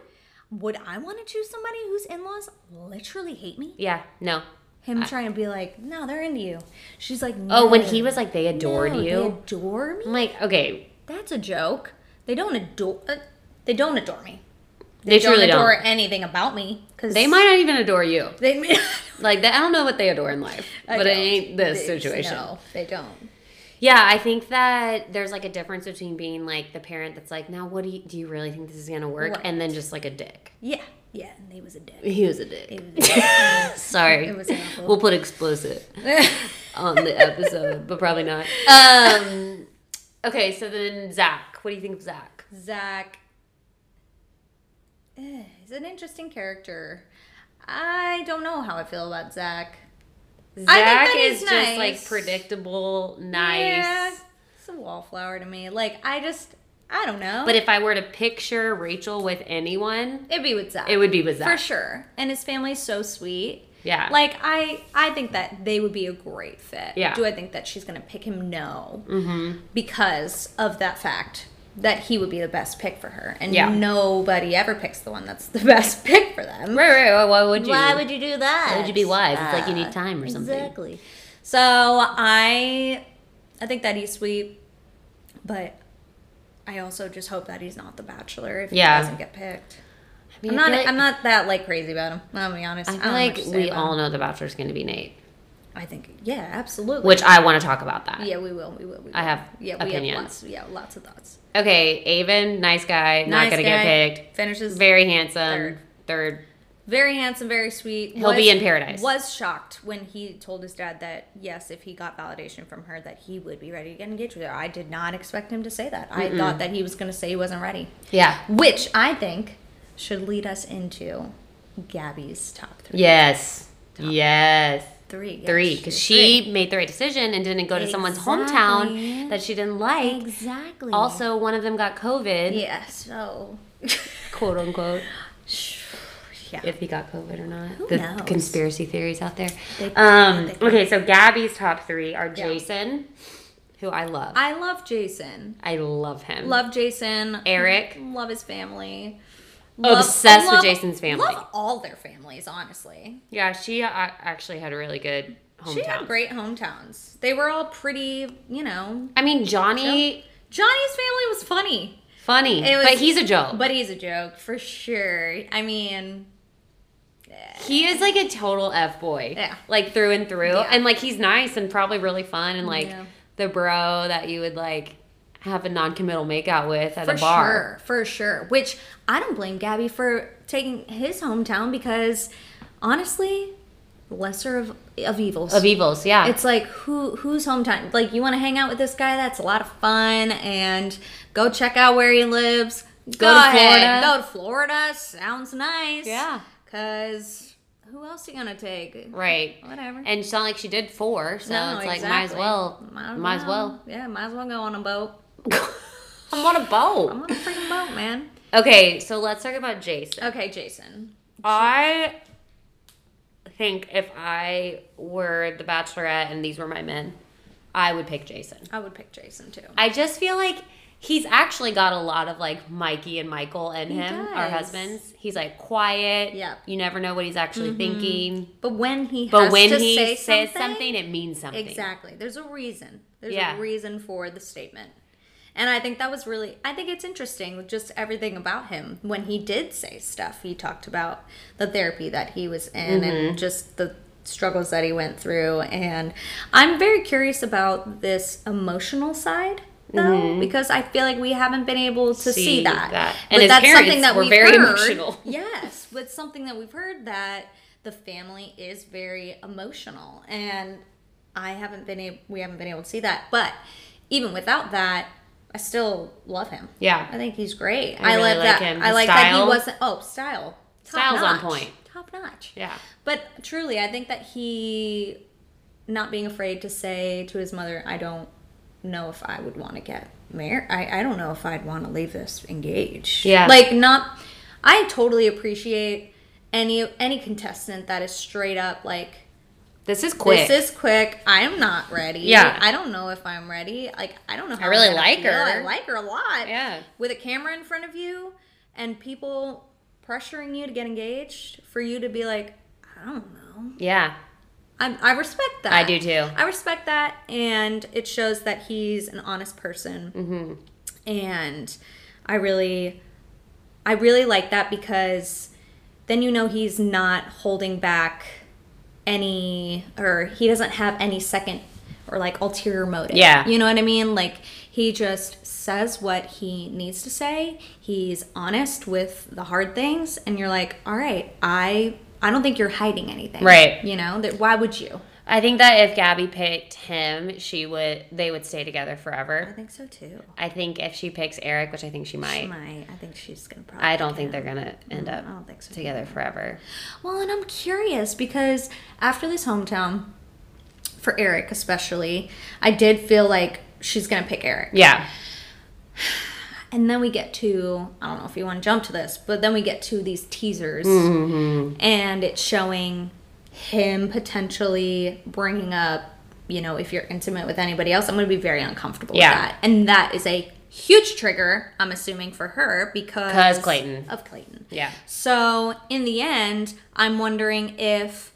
[SPEAKER 3] Would I want to choose somebody whose in-laws literally hate me?
[SPEAKER 2] yeah no
[SPEAKER 3] Him trying to be like, no, they're into you. She's like,
[SPEAKER 2] Uh, oh when
[SPEAKER 3] "No,
[SPEAKER 2] he was like they adored
[SPEAKER 3] no,
[SPEAKER 2] you
[SPEAKER 3] they adore me.
[SPEAKER 2] i'm like okay
[SPEAKER 3] That's a joke. They don't adore. Uh, they don't adore me.
[SPEAKER 2] they,
[SPEAKER 3] They don't
[SPEAKER 2] truly
[SPEAKER 3] adore
[SPEAKER 2] don't
[SPEAKER 3] anything about me because
[SPEAKER 2] they might not even adore you
[SPEAKER 3] They
[SPEAKER 2] like i don't know what they adore in life
[SPEAKER 3] I
[SPEAKER 2] but it
[SPEAKER 3] don't.
[SPEAKER 2] ain't this
[SPEAKER 3] They-
[SPEAKER 2] situation
[SPEAKER 3] No, they don't.
[SPEAKER 2] Yeah, I think that there's like a difference between being like the parent that's like, now what do you do you really think this is gonna work?
[SPEAKER 3] Right.
[SPEAKER 2] And then just like a dick.
[SPEAKER 3] Yeah. Yeah, and he was a dick.
[SPEAKER 2] He was a dick. Sorry.
[SPEAKER 3] It was awful.
[SPEAKER 2] We'll put explicit on the episode, but probably not. Um, okay, so then Zach. What do you think of Zach?
[SPEAKER 3] Zach eh, he's an interesting character. I don't know how I feel about Zach.
[SPEAKER 2] Zach
[SPEAKER 3] that
[SPEAKER 2] is
[SPEAKER 3] he's
[SPEAKER 2] just like
[SPEAKER 3] nice.
[SPEAKER 2] predictable, nice.
[SPEAKER 3] Yeah, it's a wallflower to me. Like I just, I don't know.
[SPEAKER 2] But if I were to picture Rachel with anyone,
[SPEAKER 3] it'd be with Zach.
[SPEAKER 2] it would be with Zach.
[SPEAKER 3] for sure. And his family's so sweet.
[SPEAKER 2] Yeah.
[SPEAKER 3] Like I, I think that they would be a great fit.
[SPEAKER 2] Yeah.
[SPEAKER 3] Do I think that she's gonna pick him? No. Mm-hmm. Because of that fact that he would be the best pick for her, and
[SPEAKER 2] Yeah.
[SPEAKER 3] nobody ever picks the one that's the best pick for them.
[SPEAKER 2] Right, right. Why, why would you?
[SPEAKER 3] Why would you Uh, do that?
[SPEAKER 2] Why would you be wise? It's like you need time or something.
[SPEAKER 3] Exactly. So I, I think that he's sweet, but I also just hope that he's not the bachelor if
[SPEAKER 2] Yeah.
[SPEAKER 3] he doesn't get picked.
[SPEAKER 2] I
[SPEAKER 3] I'm
[SPEAKER 2] mean, I
[SPEAKER 3] not.
[SPEAKER 2] feel like-
[SPEAKER 3] I'm not that like crazy about him. I'll be honest.
[SPEAKER 2] I
[SPEAKER 3] don't
[SPEAKER 2] feel
[SPEAKER 3] know much
[SPEAKER 2] like
[SPEAKER 3] to say
[SPEAKER 2] we
[SPEAKER 3] about
[SPEAKER 2] all
[SPEAKER 3] him.
[SPEAKER 2] know the bachelor's going to be Nate,
[SPEAKER 3] I think. Yeah, absolutely.
[SPEAKER 2] which I want to talk about that.
[SPEAKER 3] Yeah, we will. We will. We will.
[SPEAKER 2] I have
[SPEAKER 3] yeah, We
[SPEAKER 2] opinions.
[SPEAKER 3] have lots, yeah, lots of thoughts.
[SPEAKER 2] Okay, Avon, nice guy, not
[SPEAKER 3] Nice
[SPEAKER 2] going to
[SPEAKER 3] guy,
[SPEAKER 2] get picked.
[SPEAKER 3] Finishes very,
[SPEAKER 2] Very handsome.
[SPEAKER 3] Third.
[SPEAKER 2] Third.
[SPEAKER 3] handsome, very sweet.
[SPEAKER 2] He'll be in paradise.
[SPEAKER 3] Was shocked when he told his dad that yes, if he got validation from her, that he would be ready to get engaged with her. I did not expect him to say that. I thought that he was going to say he wasn't ready,
[SPEAKER 2] Yeah.
[SPEAKER 3] which I think should lead us into Gabby's top three.
[SPEAKER 2] Yes. Yes.
[SPEAKER 3] Three. yes,
[SPEAKER 2] Three, because she made the right decision and didn't go to someone's hometown
[SPEAKER 3] Exactly.
[SPEAKER 2] that she didn't like.
[SPEAKER 3] exactly.
[SPEAKER 2] Also, one of them got COVID,
[SPEAKER 3] Yeah, so.
[SPEAKER 2] quote unquote,
[SPEAKER 3] yeah.
[SPEAKER 2] if he got COVID or not.
[SPEAKER 3] Who
[SPEAKER 2] the
[SPEAKER 3] knows?
[SPEAKER 2] conspiracy theories out there.
[SPEAKER 3] They-
[SPEAKER 2] um,
[SPEAKER 3] they-
[SPEAKER 2] okay, so Gabby's top three are
[SPEAKER 3] Yeah.
[SPEAKER 2] Jason, who I love.
[SPEAKER 3] I love Jason.
[SPEAKER 2] I love him.
[SPEAKER 3] Love Jason.
[SPEAKER 2] Eric.
[SPEAKER 3] Love his family.
[SPEAKER 2] Obsessed with Jason's family.
[SPEAKER 3] Mm-hmm. Love all their families, honestly.
[SPEAKER 2] Yeah, she uh, actually had a really good hometown.
[SPEAKER 3] She had great hometowns. They were all pretty, you know.
[SPEAKER 2] I mean, Johnny,
[SPEAKER 3] Johnny's family was funny,
[SPEAKER 2] funny,
[SPEAKER 3] It was-
[SPEAKER 2] but he's a joke.
[SPEAKER 3] but he's a joke for sure. I mean,
[SPEAKER 2] He is like a total f boy.
[SPEAKER 3] Yeah.
[SPEAKER 2] Like through and through,
[SPEAKER 3] Yeah.
[SPEAKER 2] and like he's nice and probably really fun and like
[SPEAKER 3] Yeah.
[SPEAKER 2] the bro that you would like have a non-committal makeout with at
[SPEAKER 3] for
[SPEAKER 2] a bar.
[SPEAKER 3] sure, for sure. Which I don't blame Gabby for taking his hometown because, honestly, lesser of of evils.
[SPEAKER 2] Of evils, yeah.
[SPEAKER 3] it's like who whose hometown like you want to hang out with this guy that's a lot of fun and go check out where he lives go,
[SPEAKER 2] to Florida.
[SPEAKER 3] ahead. go to florida sounds nice
[SPEAKER 2] Yeah.
[SPEAKER 3] because who else you gonna take
[SPEAKER 2] right.
[SPEAKER 3] whatever
[SPEAKER 2] And it's not like she did four, so
[SPEAKER 3] No,
[SPEAKER 2] it's like might as
[SPEAKER 3] exactly.
[SPEAKER 2] well, might,
[SPEAKER 3] Might
[SPEAKER 2] as well.
[SPEAKER 3] yeah might as well go on a boat
[SPEAKER 2] I'm on a
[SPEAKER 3] i'm
[SPEAKER 2] boat.
[SPEAKER 3] on a freaking boat man
[SPEAKER 2] Okay, so let's talk about Jason.
[SPEAKER 3] okay jason
[SPEAKER 2] I think if I were the Bachelorette and these were my men, I would pick Jason.
[SPEAKER 3] i would pick jason too
[SPEAKER 2] I just feel like he's actually got a lot of like Mikey and Michael in him, our
[SPEAKER 3] does.
[SPEAKER 2] husbands. He's like quiet.
[SPEAKER 3] Yep.
[SPEAKER 2] You never know what he's actually thinking.
[SPEAKER 3] but when he
[SPEAKER 2] But
[SPEAKER 3] has
[SPEAKER 2] when
[SPEAKER 3] to
[SPEAKER 2] he
[SPEAKER 3] say
[SPEAKER 2] says something,
[SPEAKER 3] something
[SPEAKER 2] it means something.
[SPEAKER 3] Exactly. There's a reason. There's
[SPEAKER 2] Yeah.
[SPEAKER 3] a reason for the statement. And I think that was really I think it's interesting with just everything about him. When he did say stuff, he talked about the therapy that he was in
[SPEAKER 2] Mm-hmm.
[SPEAKER 3] and just the struggles that he went through and I'm very curious about this emotional side though because I feel like we haven't been able to see,
[SPEAKER 2] Mm-hmm. See
[SPEAKER 3] that.
[SPEAKER 2] that. And as parents, we're
[SPEAKER 3] we've
[SPEAKER 2] very emotional.
[SPEAKER 3] Yes, with something that we've heard that the family is very emotional, and I haven't been able, we haven't been able to see that. But even without that, I still love him.
[SPEAKER 2] Yeah.
[SPEAKER 3] I think he's great.
[SPEAKER 2] I
[SPEAKER 3] I,
[SPEAKER 2] really
[SPEAKER 3] like
[SPEAKER 2] like
[SPEAKER 3] that.
[SPEAKER 2] him.
[SPEAKER 3] I
[SPEAKER 2] His
[SPEAKER 3] like that
[SPEAKER 2] style.
[SPEAKER 3] he wasn't. Oh, style. Top
[SPEAKER 2] Style's on
[SPEAKER 3] notch.
[SPEAKER 2] point.
[SPEAKER 3] Top notch.
[SPEAKER 2] Yeah.
[SPEAKER 3] But truly, I think that he not being afraid to say to his mother, I don't know if I would want to get married. I, I don't know if I'd want to leave this engaged.
[SPEAKER 2] Yeah.
[SPEAKER 3] Like not I totally appreciate any any contestant that is straight up like
[SPEAKER 2] This is quick.
[SPEAKER 3] this is quick. I'm not ready.
[SPEAKER 2] Yeah.
[SPEAKER 3] I don't know if I'm ready. Like I don't know how I'm
[SPEAKER 2] really
[SPEAKER 3] gonna
[SPEAKER 2] like
[SPEAKER 3] feel.
[SPEAKER 2] her.
[SPEAKER 3] I like her a lot.
[SPEAKER 2] Yeah.
[SPEAKER 3] With a camera in front of you and people pressuring you to get engaged for you to be like, I don't know.
[SPEAKER 2] yeah.
[SPEAKER 3] I, I respect that.
[SPEAKER 2] I do too.
[SPEAKER 3] I respect that, and it shows that he's an honest person.
[SPEAKER 2] Mm-hmm.
[SPEAKER 3] And I really, I really like that because then you know he's not holding back any, or he doesn't have any second or like ulterior motive.
[SPEAKER 2] Yeah.
[SPEAKER 3] You know what I mean? Like he just says what he needs to say. He's honest with the hard things and you're like, "All right, I I don't think you're hiding anything."
[SPEAKER 2] Right.
[SPEAKER 3] You know? That why would you?
[SPEAKER 2] I think that if Gabby picked him, she would they would stay together
[SPEAKER 3] I
[SPEAKER 2] forever.
[SPEAKER 3] think so too.
[SPEAKER 2] I think if she picks Eric, which I think she might,
[SPEAKER 3] My, I think she's gonna probably.
[SPEAKER 2] I don't think they're gonna end
[SPEAKER 3] I
[SPEAKER 2] up
[SPEAKER 3] don't think so.
[SPEAKER 2] together forever.
[SPEAKER 3] Well, and I'm curious because after this hometown, for Eric especially, I did feel like she's gonna pick Eric.
[SPEAKER 2] Yeah.
[SPEAKER 3] And then we get to I don't know if you want to jump to this, but then we get to these teasers,
[SPEAKER 2] Mm-hmm.
[SPEAKER 3] and it's showing him potentially bringing up, you know, if you're intimate with anybody else, I'm going to be very uncomfortable
[SPEAKER 2] Yeah.
[SPEAKER 3] with that, and that is a huge trigger. I'm assuming for her because
[SPEAKER 2] 'Cause Clayton.
[SPEAKER 3] of Clayton.
[SPEAKER 2] Yeah.
[SPEAKER 3] So in the end, I'm wondering if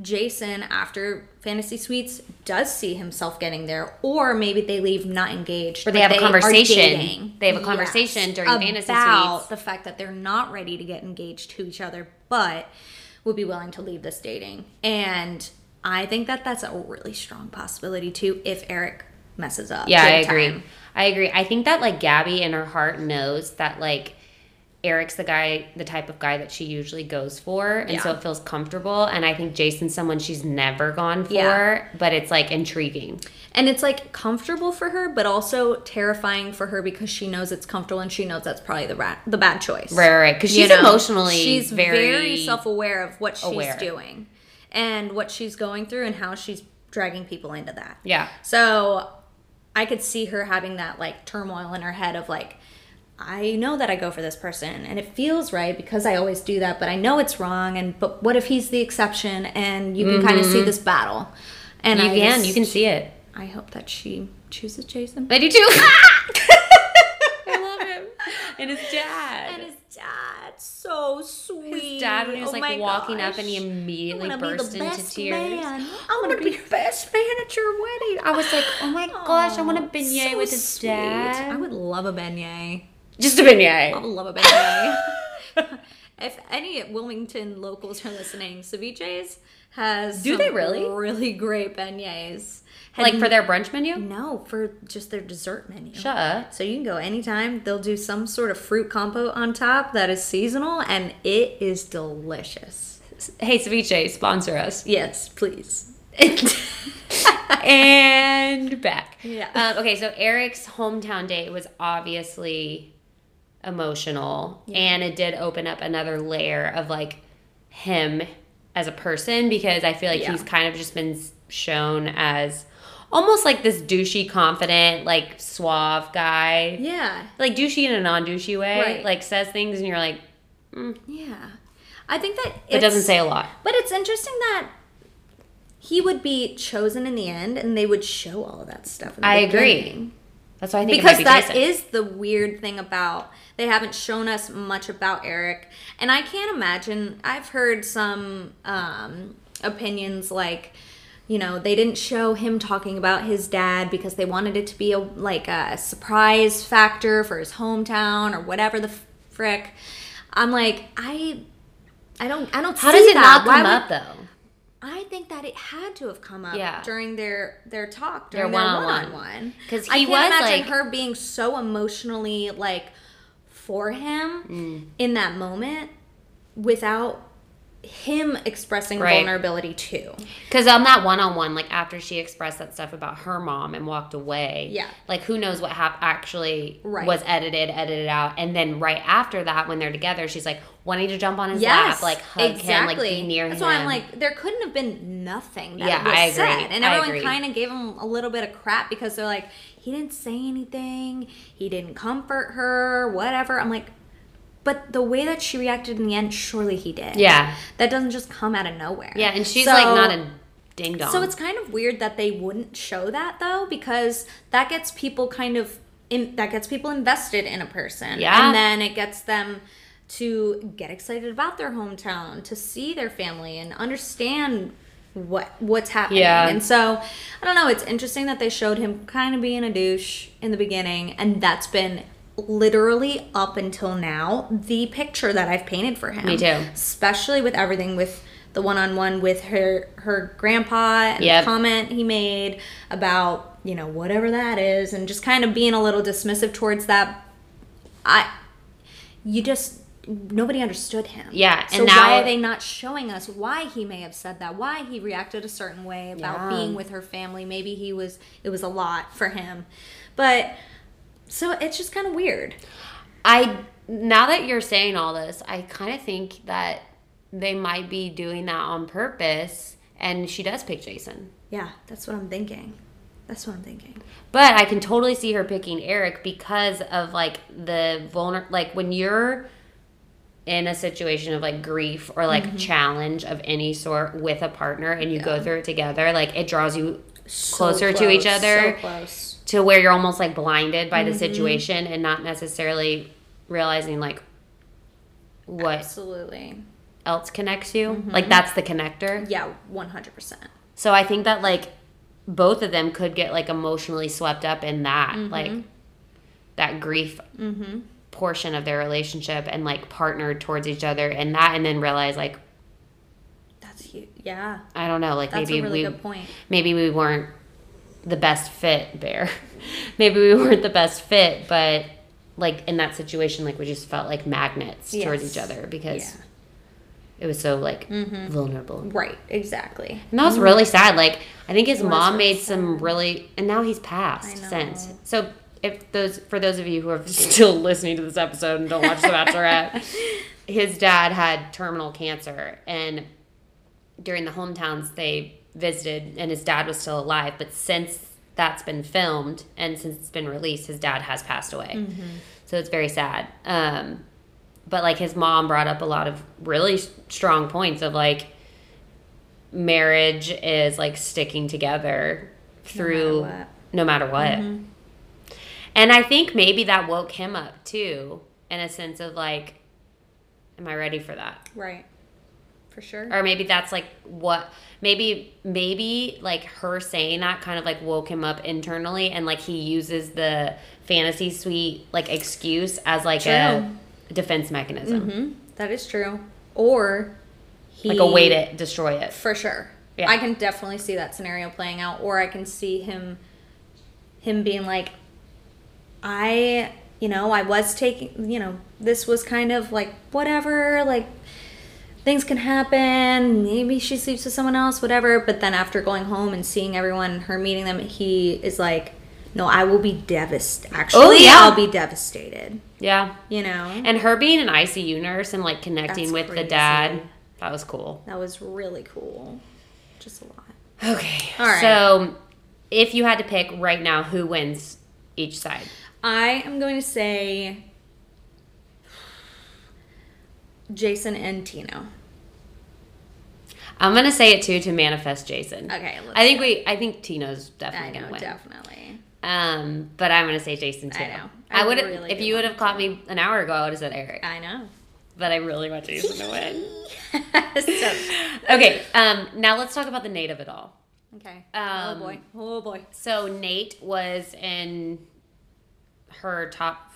[SPEAKER 3] Jason, after Fantasy Suites, does see himself getting there, or maybe they leave not engaged.
[SPEAKER 2] Or they have
[SPEAKER 3] but
[SPEAKER 2] a
[SPEAKER 3] are
[SPEAKER 2] conversation.
[SPEAKER 3] dating.
[SPEAKER 2] They have a conversation during Fantasy
[SPEAKER 3] about
[SPEAKER 2] Suites.
[SPEAKER 3] the fact that they're not ready to get engaged to each other, but would be willing to leave this dating. And I think that that's a really strong possibility too. If Eric messes up,
[SPEAKER 2] Yeah, I
[SPEAKER 3] big
[SPEAKER 2] agree.
[SPEAKER 3] time.
[SPEAKER 2] I agree. I think that like Gabby in her heart knows that like Eric's the guy, the type of guy that she usually goes for, and so
[SPEAKER 3] Yeah.
[SPEAKER 2] it feels comfortable. And I think Jason's someone she's never gone for,
[SPEAKER 3] Yeah.
[SPEAKER 2] but it's like intriguing.
[SPEAKER 3] And it's like comfortable for her, but also terrifying for her because she knows it's comfortable and she knows that's probably the rat, the bad choice.
[SPEAKER 2] Right, right, right. Because
[SPEAKER 3] You
[SPEAKER 2] she's
[SPEAKER 3] know,
[SPEAKER 2] emotionally
[SPEAKER 3] she's very, self-aware of what she's
[SPEAKER 2] aware.
[SPEAKER 3] doing and what she's going through and how she's dragging people into that.
[SPEAKER 2] Yeah.
[SPEAKER 3] So I could see her having that like turmoil in her head of like, I know that I go for this person and it feels right because I always do that, but I know it's wrong. And but what if he's the exception? And you can kind of see this battle. And
[SPEAKER 2] Mm-hmm. You
[SPEAKER 3] I
[SPEAKER 2] can,
[SPEAKER 3] just-
[SPEAKER 2] you can see it.
[SPEAKER 3] I hope that she chooses Jason.
[SPEAKER 2] I do too. I love him and his dad.
[SPEAKER 3] And his dad, so sweet.
[SPEAKER 2] his dad when he was
[SPEAKER 3] Oh my
[SPEAKER 2] like walking up
[SPEAKER 3] gosh.
[SPEAKER 2] and he
[SPEAKER 3] I'm
[SPEAKER 2] immediately
[SPEAKER 3] gonna be the
[SPEAKER 2] burst into
[SPEAKER 3] best
[SPEAKER 2] tears.
[SPEAKER 3] Man. I'm gonna be
[SPEAKER 2] your best man at your wedding. I was like, oh my gosh, I want a beignet
[SPEAKER 3] so
[SPEAKER 2] with his
[SPEAKER 3] sweet. I
[SPEAKER 2] dad.
[SPEAKER 3] would love a beignet.
[SPEAKER 2] Just a beignet.
[SPEAKER 3] I would love a beignet. if any Wilmington locals are listening, Ceviches has
[SPEAKER 2] Do
[SPEAKER 3] some
[SPEAKER 2] they really?
[SPEAKER 3] really great beignets. Had
[SPEAKER 2] like for their brunch menu?
[SPEAKER 3] No, for just their dessert menu.
[SPEAKER 2] Shut up.
[SPEAKER 3] So you can go anytime. They'll do some sort of fruit compote on top that is seasonal and it is delicious.
[SPEAKER 2] Hey, ceviche, sponsor us.
[SPEAKER 3] Yes, please.
[SPEAKER 2] and back.
[SPEAKER 3] Yeah.
[SPEAKER 2] Um, okay, so Eric's hometown date was obviously emotional, and it did open up another layer of like him as a person because I feel like
[SPEAKER 3] Yeah.
[SPEAKER 2] he's kind of just been s- shown as almost like this douchey, confident, like suave guy.
[SPEAKER 3] yeah.
[SPEAKER 2] like douchey in a non douchey way.
[SPEAKER 3] Right.
[SPEAKER 2] Like says things and you're like,
[SPEAKER 3] Yeah. I think that
[SPEAKER 2] it doesn't
[SPEAKER 3] it's-
[SPEAKER 2] say a lot.
[SPEAKER 3] But it's interesting that he would be chosen in the end and they would show all of that stuff. in the
[SPEAKER 2] I agree.
[SPEAKER 3] beginning.
[SPEAKER 2] That's why I think
[SPEAKER 3] Because
[SPEAKER 2] it might be
[SPEAKER 3] that is
[SPEAKER 2] Jason.
[SPEAKER 3] the weird thing about they haven't shown us much about Eric. And I can't imagine I've heard some um opinions like you know, they didn't show him talking about his dad because they wanted it to be a like a surprise factor for his hometown or whatever the frick. I'm like, I I don't I don't
[SPEAKER 2] How
[SPEAKER 3] see
[SPEAKER 2] does it
[SPEAKER 3] that.
[SPEAKER 2] not
[SPEAKER 3] Why
[SPEAKER 2] come
[SPEAKER 3] would-
[SPEAKER 2] up though?
[SPEAKER 3] I think that it had to have come up
[SPEAKER 2] Yeah.
[SPEAKER 3] during their their talk
[SPEAKER 2] Their
[SPEAKER 3] during their
[SPEAKER 2] one-on-one.
[SPEAKER 3] one on one.
[SPEAKER 2] 'Cause
[SPEAKER 3] I
[SPEAKER 2] he
[SPEAKER 3] can
[SPEAKER 2] was,
[SPEAKER 3] imagine
[SPEAKER 2] like-
[SPEAKER 3] her being so emotionally like for
[SPEAKER 2] Mm.
[SPEAKER 3] him in that moment without him expressing
[SPEAKER 2] Right.
[SPEAKER 3] vulnerability too.
[SPEAKER 2] Because on that one on one, like after she expressed that stuff about her mom and walked away,
[SPEAKER 3] Yeah.
[SPEAKER 2] like who knows what hap- actually
[SPEAKER 3] Right.
[SPEAKER 2] was edited, edited out, and then right after that, when they're together, she's like wanting to jump on his lap,
[SPEAKER 3] Yes,
[SPEAKER 2] like hug him, like be near
[SPEAKER 3] That's
[SPEAKER 2] him.
[SPEAKER 3] why I'm like, there couldn't have been nothing. That
[SPEAKER 2] Yeah,
[SPEAKER 3] was
[SPEAKER 2] I agree.
[SPEAKER 3] Said. And
[SPEAKER 2] I
[SPEAKER 3] everyone
[SPEAKER 2] agree.
[SPEAKER 3] kind of gave him a little bit of crap because they're like, he didn't say anything. He didn't comfort her. Whatever. I'm like, but the way that she reacted in the end, surely he did.
[SPEAKER 2] yeah,
[SPEAKER 3] that doesn't just come out of nowhere.
[SPEAKER 2] yeah, and she's
[SPEAKER 3] So-
[SPEAKER 2] like not a ding dong.
[SPEAKER 3] So it's kind of weird that they wouldn't show that though, because that gets people kind of in, that gets people invested in a person,
[SPEAKER 2] Yeah.
[SPEAKER 3] and then it gets them to get excited about their hometown, to see their family, and understand what what's happening.
[SPEAKER 2] Yeah.
[SPEAKER 3] And so I don't know. It's interesting that they showed him kind of being a douche in the beginning, and that's been literally up until now the picture that I've painted for him.
[SPEAKER 2] Me too.
[SPEAKER 3] Especially with everything with the one-on-one with her her grandpa and
[SPEAKER 2] Yep.
[SPEAKER 3] the comment he made about you know whatever that is and just kind of being a little dismissive towards that i you just nobody understood him
[SPEAKER 2] Yeah,
[SPEAKER 3] so
[SPEAKER 2] and now-
[SPEAKER 3] why are they not showing us why he may have said that why he reacted a certain way about
[SPEAKER 2] Yeah.
[SPEAKER 3] being with her family maybe he was it was a lot for him but so it's just kind of weird
[SPEAKER 2] I now that you're saying all this, I kind of think that they might be doing that on purpose, and she does pick Jason.
[SPEAKER 3] yeah that's what i'm thinking that's what i'm thinking
[SPEAKER 2] But I can totally see her picking Eric because of like the vulner like when you're in a situation of like grief or like challenge of any sort with a partner and you go through it together, like it draws you closer to each other
[SPEAKER 3] so close
[SPEAKER 2] to where you're almost like blinded by the situation and not necessarily realizing like what
[SPEAKER 3] absolutely
[SPEAKER 2] else connects you.
[SPEAKER 3] Mm-hmm.
[SPEAKER 2] Like that's the connector.
[SPEAKER 3] yeah 100%
[SPEAKER 2] So I think that like both of them could get like emotionally swept up in that,
[SPEAKER 3] Mm-hmm.
[SPEAKER 2] like that grief portion of their relationship and like partnered towards each other and that and then realize like
[SPEAKER 3] that's huge yeah
[SPEAKER 2] I don't know, like
[SPEAKER 3] that's
[SPEAKER 2] maybe
[SPEAKER 3] a really
[SPEAKER 2] we
[SPEAKER 3] good point
[SPEAKER 2] maybe we weren't the best fit bear. maybe we weren't the best fit, but like in that situation like we just felt like magnets towards each
[SPEAKER 3] Yes.
[SPEAKER 2] other because
[SPEAKER 3] Yeah. Mm-hmm.
[SPEAKER 2] it was so like vulnerable.
[SPEAKER 3] right exactly
[SPEAKER 2] And that was really sad. Like I think his
[SPEAKER 3] Mm-hmm. was
[SPEAKER 2] mom
[SPEAKER 3] really
[SPEAKER 2] made some really, and now he's
[SPEAKER 3] I
[SPEAKER 2] passed
[SPEAKER 3] know.
[SPEAKER 2] since. So if those for those of you who are still listening to this episode and don't watch The Bachelorette, his dad had terminal cancer, and during the hometowns they visited, and his dad was still alive. But since that's been filmed and since it's been released, his dad has passed away.
[SPEAKER 3] Mm-hmm.
[SPEAKER 2] So it's very sad. Um, but like his mom brought up a lot of really s- strong points of like marriage is like sticking together through
[SPEAKER 3] what.
[SPEAKER 2] no matter what. And I think maybe that woke him up too in a sense of like am I ready for that?
[SPEAKER 3] right for sure
[SPEAKER 2] Or maybe that's like what maybe maybe like her saying that kind of like woke him up internally and like he uses the fantasy suite like excuse as like a defense mechanism.
[SPEAKER 3] hmm that is true or he
[SPEAKER 2] like a way to destroy it.
[SPEAKER 3] for sure
[SPEAKER 2] Yeah.
[SPEAKER 3] i can definitely see that scenario playing out or i can see him him being like i you know i was taking you know this was kind of like whatever like things can happen maybe she sleeps with someone else whatever but then after going home and seeing everyone and her meeting them he is like no i will be devastated actually
[SPEAKER 2] Oh, yeah.
[SPEAKER 3] i'll be devastated
[SPEAKER 2] Yeah.
[SPEAKER 3] you know
[SPEAKER 2] And her being an ICU nurse and like connecting with
[SPEAKER 3] That's
[SPEAKER 2] the
[SPEAKER 3] crazy.
[SPEAKER 2] dad, that was cool.
[SPEAKER 3] that was really cool just a lot
[SPEAKER 2] Okay.
[SPEAKER 3] All right.
[SPEAKER 2] So if you had to pick right now who wins each side.
[SPEAKER 3] I am going to say Jason and Tino.
[SPEAKER 2] I'm gonna say it too to manifest Jason.
[SPEAKER 3] Okay, let's
[SPEAKER 2] I think we I think Tino's definitely
[SPEAKER 3] I
[SPEAKER 2] gonna
[SPEAKER 3] know,
[SPEAKER 2] win.
[SPEAKER 3] definitely.
[SPEAKER 2] Um, but I'm gonna say Jason too.
[SPEAKER 3] I know.
[SPEAKER 2] I,
[SPEAKER 3] I
[SPEAKER 2] would
[SPEAKER 3] really
[SPEAKER 2] if
[SPEAKER 3] do
[SPEAKER 2] you would
[SPEAKER 3] want
[SPEAKER 2] have caught me an hour ago, I would have said Eric.
[SPEAKER 3] I know.
[SPEAKER 2] But I really want Jason to win.
[SPEAKER 3] So-
[SPEAKER 2] Okay. Um, now let's talk about the Nate of it all.
[SPEAKER 3] okay.
[SPEAKER 2] Um,
[SPEAKER 3] oh boy. Oh boy.
[SPEAKER 2] So Nate was in her top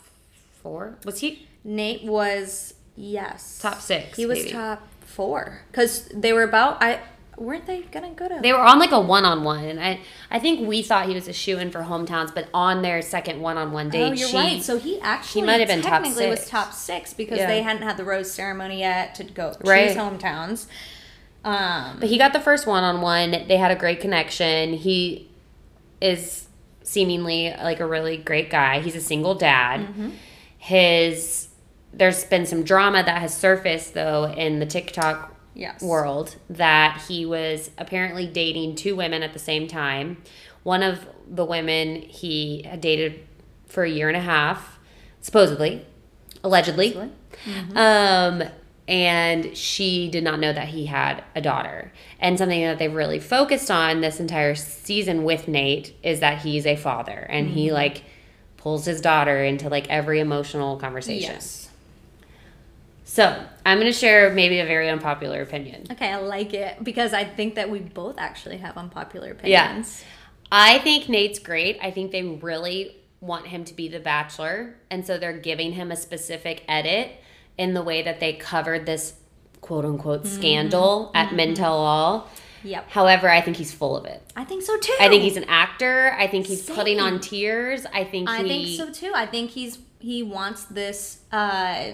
[SPEAKER 2] four. Was he
[SPEAKER 3] Nate was yes.
[SPEAKER 2] top six?
[SPEAKER 3] He was
[SPEAKER 2] maybe.
[SPEAKER 3] top four because they were about. I weren't they gonna go to?
[SPEAKER 2] They were on like a one on one, and I I think we thought he was a shoe in for hometowns, but on their second one on one date,
[SPEAKER 3] oh, you're
[SPEAKER 2] she
[SPEAKER 3] right. So he actually
[SPEAKER 2] might have been top
[SPEAKER 3] technically was
[SPEAKER 2] six.
[SPEAKER 3] top six because
[SPEAKER 2] Yeah.
[SPEAKER 3] they hadn't had the rose ceremony yet to go
[SPEAKER 2] Right.
[SPEAKER 3] choose hometowns. Um,
[SPEAKER 2] but he got the first one on one. They had a great connection. He is seemingly like a really great guy. He's a single dad. His there's been some drama that has surfaced though in the TikTok
[SPEAKER 3] yes.
[SPEAKER 2] world that he was apparently dating two women at the same time. One of the women he had dated for a year and a half, supposedly, allegedly.
[SPEAKER 3] Mm-hmm.
[SPEAKER 2] Um, and she did not know that he had a daughter. And something that they've really focused on this entire season with Nate is that he's a father and
[SPEAKER 3] Mm-hmm.
[SPEAKER 2] he like pulls his daughter into like every emotional conversation.
[SPEAKER 3] Yes.
[SPEAKER 2] So, I'm going to share maybe a very unpopular opinion.
[SPEAKER 3] Okay, I like it because I think that we both actually have unpopular
[SPEAKER 2] Yeah.
[SPEAKER 3] opinions.
[SPEAKER 2] I think Nate's great. I think they really want him to be the bachelor. And so they're giving him a specific edit in the way that they covered this quote unquote
[SPEAKER 3] Mm-hmm.
[SPEAKER 2] scandal at Mintel All.
[SPEAKER 3] Yep.
[SPEAKER 2] However, I think he's full of it.
[SPEAKER 3] I think so too.
[SPEAKER 2] I think he's an actor. I think he's putting
[SPEAKER 3] Oh. Same.
[SPEAKER 2] on tears. I think
[SPEAKER 3] I
[SPEAKER 2] he,
[SPEAKER 3] think so too. I think he's he wants this uh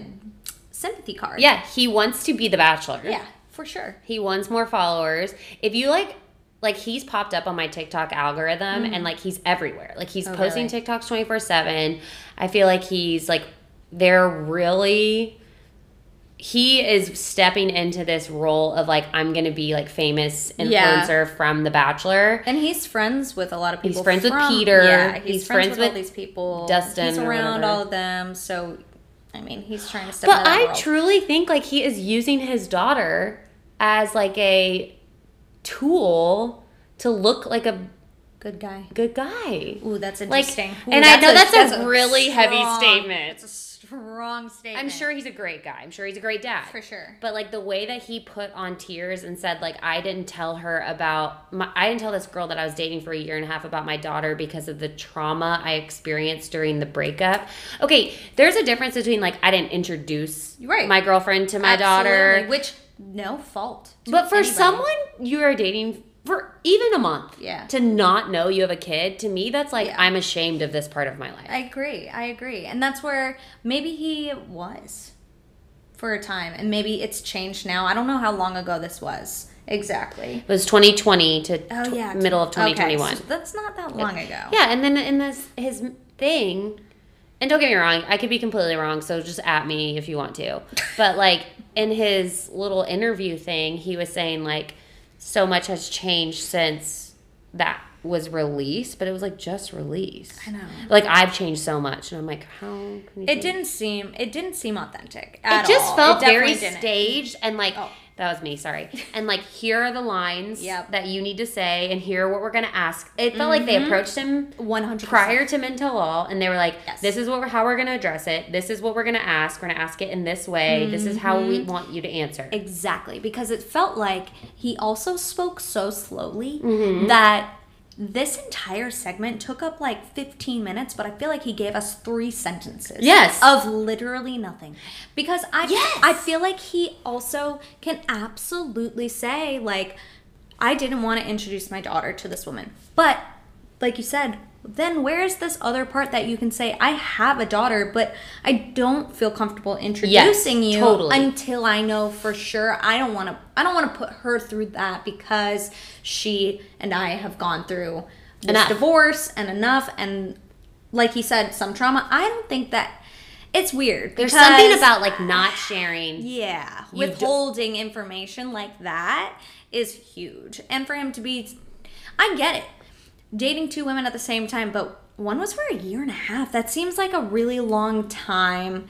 [SPEAKER 3] sympathy card.
[SPEAKER 2] Yeah, he wants to be the bachelor.
[SPEAKER 3] Yeah, for sure.
[SPEAKER 2] He wants more followers. If you like like he's popped up on my TikTok algorithm
[SPEAKER 3] Mm-hmm.
[SPEAKER 2] and like he's everywhere. Like
[SPEAKER 3] Oh,
[SPEAKER 2] he's posting TikToks 24/7. I feel like he's like they're really he is stepping into this role of like I'm going to be like famous influencer
[SPEAKER 3] Yeah.
[SPEAKER 2] from The Bachelor.
[SPEAKER 3] And he's friends with a lot of people.
[SPEAKER 2] friends with
[SPEAKER 3] from-
[SPEAKER 2] Peter.
[SPEAKER 3] Yeah, he's,
[SPEAKER 2] He's
[SPEAKER 3] friends,
[SPEAKER 2] friends
[SPEAKER 3] with all
[SPEAKER 2] with
[SPEAKER 3] these people.
[SPEAKER 2] Dustin
[SPEAKER 3] He's
[SPEAKER 2] or
[SPEAKER 3] around
[SPEAKER 2] whatever.
[SPEAKER 3] all of them. So, I mean, he's trying to step. out
[SPEAKER 2] But
[SPEAKER 3] of that
[SPEAKER 2] I
[SPEAKER 3] world.
[SPEAKER 2] truly think like he is using his daughter as like a tool to look like a
[SPEAKER 3] good guy.
[SPEAKER 2] good guy.
[SPEAKER 3] Ooh, that's
[SPEAKER 2] Like,
[SPEAKER 3] interesting. Ooh,
[SPEAKER 2] and I know that's a really heavy
[SPEAKER 3] strong-
[SPEAKER 2] statement.
[SPEAKER 3] That's a strong statement.
[SPEAKER 2] I'm sure he's a great guy. I'm sure he's a great dad.
[SPEAKER 3] for sure.
[SPEAKER 2] But like the way that he put on tears and said like I didn't tell her about my I didn't tell this girl that I was dating for a year and a half about my daughter because of the trauma I experienced during the breakup. Okay, there's a difference between like I didn't introduce
[SPEAKER 3] Right.
[SPEAKER 2] my girlfriend to my daughter.
[SPEAKER 3] Absolutely, which no fault. to
[SPEAKER 2] But for
[SPEAKER 3] anybody.
[SPEAKER 2] someone you are dating for even a month
[SPEAKER 3] Yeah.
[SPEAKER 2] to not know you have a kid, to me that's like
[SPEAKER 3] Yeah.
[SPEAKER 2] I'm ashamed of this part of my life.
[SPEAKER 3] I agree. I agree. And that's where maybe he was for a time. And maybe it's changed now. I don't know how long ago this was exactly.
[SPEAKER 2] It was 2020 to
[SPEAKER 3] Oh,
[SPEAKER 2] tw-
[SPEAKER 3] yeah.
[SPEAKER 2] middle of
[SPEAKER 3] Okay,
[SPEAKER 2] 2021.
[SPEAKER 3] so that's not that long ago.
[SPEAKER 2] Yeah, and then in this his thing, and don't get me wrong, I could be completely wrong, so just at me if you want to. But like in his little interview thing, he was saying like so much has changed since that was released, but it was like just released.
[SPEAKER 3] I know.
[SPEAKER 2] Like I've changed so much, and I'm like, how? Can you
[SPEAKER 3] It
[SPEAKER 2] change?
[SPEAKER 3] didn't seem it didn't seem authentic
[SPEAKER 2] It
[SPEAKER 3] at
[SPEAKER 2] just
[SPEAKER 3] all.
[SPEAKER 2] felt
[SPEAKER 3] definitely
[SPEAKER 2] very staged and like
[SPEAKER 3] Oh.
[SPEAKER 2] that was me, sorry. And like here are the lines
[SPEAKER 3] Yep. Mm-hmm.
[SPEAKER 2] that you need to say and here are what we're gonna ask. It felt like they approached him
[SPEAKER 3] 100%.
[SPEAKER 2] prior to mental law and they were like
[SPEAKER 3] Yes.
[SPEAKER 2] this is what we're, how we're going to address it this is what we're going to ask we're going to ask it in this way this is how we want you to answer
[SPEAKER 3] Exactly, because it felt like he also spoke so slowly
[SPEAKER 2] Mm-hmm.
[SPEAKER 3] that this entire segment took up like 15 minutes, but I feel like he gave us three sentences.
[SPEAKER 2] Yes.
[SPEAKER 3] Of literally nothing. Because I
[SPEAKER 2] Yes.
[SPEAKER 3] I feel like he also can absolutely say like I didn't want to introduce my daughter to this woman. But like you said, then where is this other part that you can say I have a daughter, but I don't feel comfortable introducing you
[SPEAKER 2] totally.
[SPEAKER 3] until I know for sure I don't want to I don't want to put her through that because she and I have gone through this
[SPEAKER 2] Enough.
[SPEAKER 3] divorce and enough and like he said some trauma. I don't think that it's weird.
[SPEAKER 2] there's something
[SPEAKER 3] because-
[SPEAKER 2] about like not sharing
[SPEAKER 3] yeah,
[SPEAKER 2] You don't-
[SPEAKER 3] withholding information like that is huge. And for him to be I get it. Dating two women at the same time, but one was for a year and a half. That seems like a really long time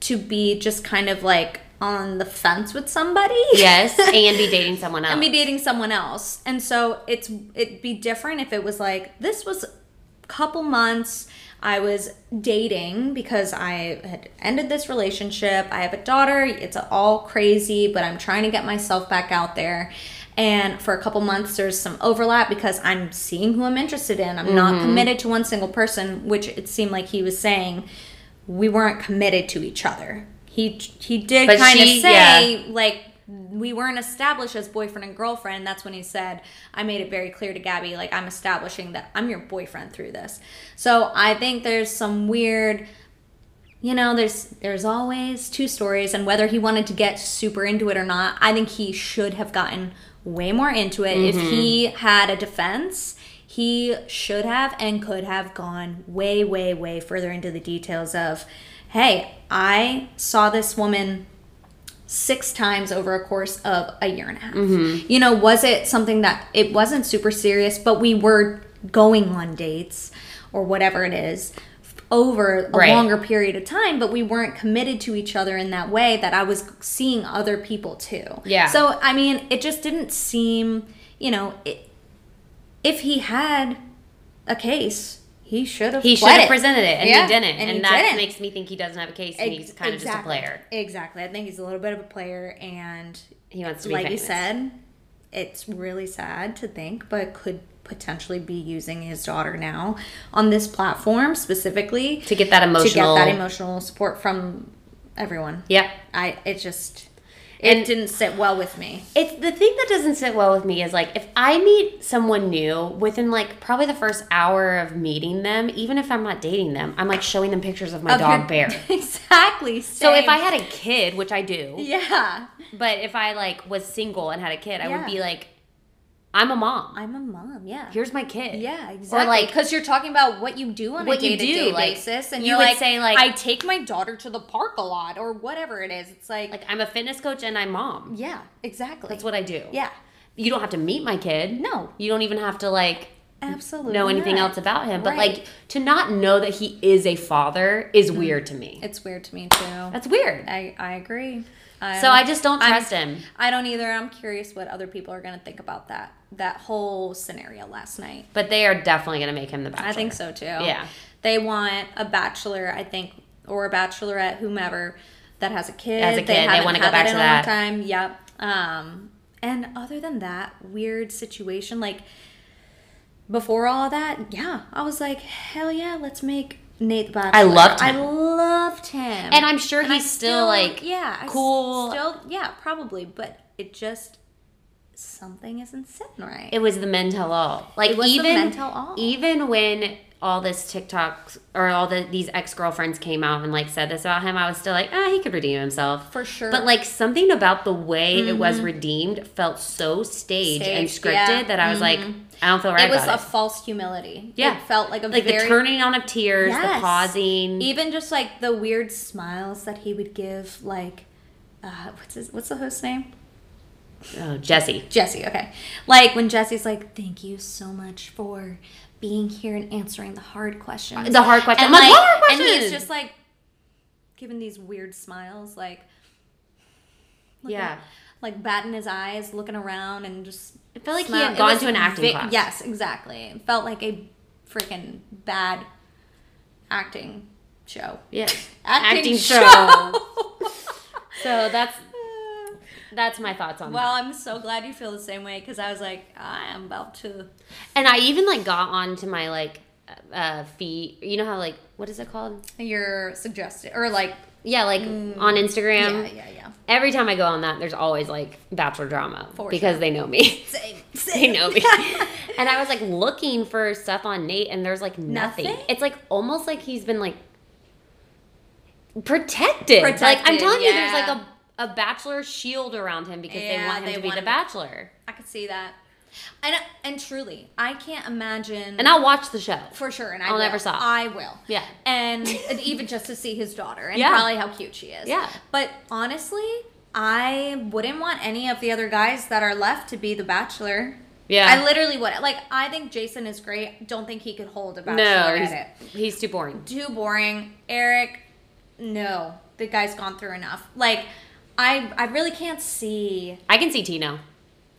[SPEAKER 3] to be just kind of like on the fence with somebody.
[SPEAKER 2] yes and be dating someone else
[SPEAKER 3] and be dating someone else. And so it's it'd be different if it was like this was a couple months I was dating because I had ended this relationship. I have a daughter. It's all crazy, but I'm trying to get myself back out there. And for a couple months there's some overlap because I'm seeing who I'm interested in. I'm not committed to one single person, which it seemed like he was saying we weren't committed to each other. He he did
[SPEAKER 2] But
[SPEAKER 3] kind of
[SPEAKER 2] she-
[SPEAKER 3] say
[SPEAKER 2] yeah.
[SPEAKER 3] like we weren't established as boyfriend and girlfriend that's when he said i made it very clear to gabby like i'm establishing that i'm your boyfriend through this so i think there's some weird you know there's there's always two stories and whether he wanted to get super into it or not i think he should have gotten way more into it
[SPEAKER 2] Mm-hmm.
[SPEAKER 3] if he had a defense he should have and could have gone way way way further into the details of hey i saw this woman six times over a course of a year and a half.
[SPEAKER 2] Mm-hmm.
[SPEAKER 3] You know, was it something that it wasn't super serious, but we were going on dates or whatever it is f- over a
[SPEAKER 2] Right.
[SPEAKER 3] longer period of time, but we weren't committed to each other in that way that I was seeing other people too.
[SPEAKER 2] Yeah.
[SPEAKER 3] So, I mean, it just didn't seem, you know, it, if he had a case, he should have
[SPEAKER 2] he should
[SPEAKER 3] fled
[SPEAKER 2] have
[SPEAKER 3] it.
[SPEAKER 2] presented it and
[SPEAKER 3] Yeah,
[SPEAKER 2] he didn't
[SPEAKER 3] and
[SPEAKER 2] and,
[SPEAKER 3] he
[SPEAKER 2] that
[SPEAKER 3] didn't.
[SPEAKER 2] makes me think he doesn't have a case and
[SPEAKER 3] Ex-
[SPEAKER 2] he's kind of just a
[SPEAKER 3] exactly.
[SPEAKER 2] player
[SPEAKER 3] Exactly. I think he's a little bit of a player and
[SPEAKER 2] he wants to be
[SPEAKER 3] like
[SPEAKER 2] famous.
[SPEAKER 3] you said, it's really sad to think, but could potentially be using his daughter now on this platform specifically
[SPEAKER 2] to get that
[SPEAKER 3] to get
[SPEAKER 2] emotional
[SPEAKER 3] that emotional support from everyone.
[SPEAKER 2] yeah
[SPEAKER 3] I it just it didn't sit well with me.
[SPEAKER 2] It's the thing that doesn't sit well with me is like if I meet someone new within like probably the first hour of meeting them, even if I'm not dating them, I'm like showing them pictures of my
[SPEAKER 3] Of
[SPEAKER 2] dog
[SPEAKER 3] your-
[SPEAKER 2] bear.
[SPEAKER 3] exactly.
[SPEAKER 2] So if
[SPEAKER 3] same.
[SPEAKER 2] I had a kid, which I do,
[SPEAKER 3] yeah,
[SPEAKER 2] but if I like was single and had a kid, I would
[SPEAKER 3] Yeah.
[SPEAKER 2] be like, I'm a mom.
[SPEAKER 3] I'm a mom. Yeah.
[SPEAKER 2] Here's my kid.
[SPEAKER 3] yeah, exactly.
[SPEAKER 2] like-
[SPEAKER 3] because you're talking about what you do on a
[SPEAKER 2] What you
[SPEAKER 3] day to day
[SPEAKER 2] do, like,
[SPEAKER 3] basis, and
[SPEAKER 2] you
[SPEAKER 3] you're
[SPEAKER 2] would
[SPEAKER 3] like,
[SPEAKER 2] say, like-
[SPEAKER 3] I take my daughter to the park a lot, or whatever it is. It's like,
[SPEAKER 2] Like I'm a fitness coach and I'm mom.
[SPEAKER 3] yeah, exactly.
[SPEAKER 2] That's what I do.
[SPEAKER 3] Yeah,
[SPEAKER 2] You don't have to meet my kid.
[SPEAKER 3] No.
[SPEAKER 2] You don't even have to like
[SPEAKER 3] absolutely.
[SPEAKER 2] know anything
[SPEAKER 3] not.
[SPEAKER 2] else about him. But
[SPEAKER 3] Right. Mm-hmm.
[SPEAKER 2] like to not know that he is a father is weird to me.
[SPEAKER 3] It's weird to me too.
[SPEAKER 2] That's weird.
[SPEAKER 3] I I agree.
[SPEAKER 2] So I just don't
[SPEAKER 3] I'm-
[SPEAKER 2] trust him.
[SPEAKER 3] I don't either. I'm curious what other people are going to think about that that whole scenario last night.
[SPEAKER 2] But they are definitely going to make him the bachelor.
[SPEAKER 3] I think so too.
[SPEAKER 2] Yeah.
[SPEAKER 3] They want a bachelor, I think, or a bachelorette, whomever that has a kid.
[SPEAKER 2] Has a kid. They
[SPEAKER 3] haven't
[SPEAKER 2] wanna go
[SPEAKER 3] had
[SPEAKER 2] back
[SPEAKER 3] in
[SPEAKER 2] to
[SPEAKER 3] a long
[SPEAKER 2] that.
[SPEAKER 3] Time. Yep. Um, and other than that, weird situation. Like before all that, yeah, I was like, hell yeah, let's make Nate the bachelor.
[SPEAKER 2] loved
[SPEAKER 3] I
[SPEAKER 2] him.
[SPEAKER 3] loved him.
[SPEAKER 2] And I'm sure
[SPEAKER 3] I
[SPEAKER 2] he's still, like
[SPEAKER 3] yeah, I s-
[SPEAKER 2] cool.
[SPEAKER 3] Still, yeah, probably, but it just something isn't sitting right.
[SPEAKER 2] it was the mental all. Like
[SPEAKER 3] It was the
[SPEAKER 2] even
[SPEAKER 3] men tell all.
[SPEAKER 2] even when all this TikTok or all the these ex girlfriends came out and like said this about him, I was still like, ah, he could redeem himself
[SPEAKER 3] For sure. Mm-hmm.
[SPEAKER 2] But like something about the way it was redeemed felt so staged, and
[SPEAKER 3] Staged,
[SPEAKER 2] scripted
[SPEAKER 3] yeah. Mm-hmm.
[SPEAKER 2] that I was like, I don't feel right
[SPEAKER 3] it was
[SPEAKER 2] about
[SPEAKER 3] a false humility.
[SPEAKER 2] Yeah.
[SPEAKER 3] It felt like a
[SPEAKER 2] it. Like
[SPEAKER 3] very
[SPEAKER 2] the turning on of tears, the
[SPEAKER 3] Yes. E
[SPEAKER 2] pausing.
[SPEAKER 3] even just like the weird smiles that he would give like uh, what's his what's the host's name?
[SPEAKER 2] oh, Jesse.
[SPEAKER 3] Jesse, okay. Like when Jesse's like, "Thank you so much for being here and answering the hard questions."
[SPEAKER 2] The hard question.
[SPEAKER 3] And
[SPEAKER 2] I'm
[SPEAKER 3] like,
[SPEAKER 2] like, "What hard
[SPEAKER 3] and he's
[SPEAKER 2] questions?"
[SPEAKER 3] just like giving these weird smiles, like looking-
[SPEAKER 2] Yeah.
[SPEAKER 3] like batting his eyes, looking around, and just
[SPEAKER 2] It felt like he
[SPEAKER 3] smile-
[SPEAKER 2] had
[SPEAKER 3] it
[SPEAKER 2] gone
[SPEAKER 3] was
[SPEAKER 2] to an acting
[SPEAKER 3] ve-
[SPEAKER 2] class.
[SPEAKER 3] Yes, exactly. It felt like a freaking bad acting show.
[SPEAKER 2] Yeah.
[SPEAKER 3] Acting,
[SPEAKER 2] show.
[SPEAKER 3] show.
[SPEAKER 2] So that's that's my thoughts on that.
[SPEAKER 3] Well, I'm so glad you feel the same way because I was like, I am about to.
[SPEAKER 2] And I even like got onto my like uh feed. You know how like what is it called?
[SPEAKER 3] You're suggested or like,
[SPEAKER 2] Yeah, like on Instagram.
[SPEAKER 3] Mm, yeah, yeah, yeah.
[SPEAKER 2] Every time I go on that, there's always like bachelor drama
[SPEAKER 3] For
[SPEAKER 2] because
[SPEAKER 3] sure.
[SPEAKER 2] they know me.
[SPEAKER 3] Same,
[SPEAKER 2] they
[SPEAKER 3] same.
[SPEAKER 2] know me. and I was like looking for stuff on Nate, and there's like nothing.
[SPEAKER 3] Nothing?
[SPEAKER 2] It's like almost like he's been like protected. like I'm
[SPEAKER 3] Protected,
[SPEAKER 2] telling you, there's like
[SPEAKER 3] yeah.
[SPEAKER 2] a a bachelor shield around him because they
[SPEAKER 3] Yeah,
[SPEAKER 2] want him
[SPEAKER 3] they
[SPEAKER 2] to be
[SPEAKER 3] want
[SPEAKER 2] the
[SPEAKER 3] him-
[SPEAKER 2] bachelor.
[SPEAKER 3] I could see that, and and truly, I can't imagine.
[SPEAKER 2] And I'll watch the show.
[SPEAKER 3] Mm. for sure, and I
[SPEAKER 2] I'll
[SPEAKER 3] will.
[SPEAKER 2] never stop.
[SPEAKER 3] I will.
[SPEAKER 2] Yeah.
[SPEAKER 3] and, and even just to see his daughter and
[SPEAKER 2] Yeah.
[SPEAKER 3] probably how cute she is.
[SPEAKER 2] Yeah.
[SPEAKER 3] but honestly, I wouldn't want any of the other guys that are left to be the bachelor.
[SPEAKER 2] Yeah.
[SPEAKER 3] I literally would. Like, I think Jason is great. Don't think he could hold a bachelor
[SPEAKER 2] no, he's,
[SPEAKER 3] edit.
[SPEAKER 2] he's too boring.
[SPEAKER 3] too boring. Eric, no, the guy's gone through enough. Like, I I really can't see.
[SPEAKER 2] I can see Tino.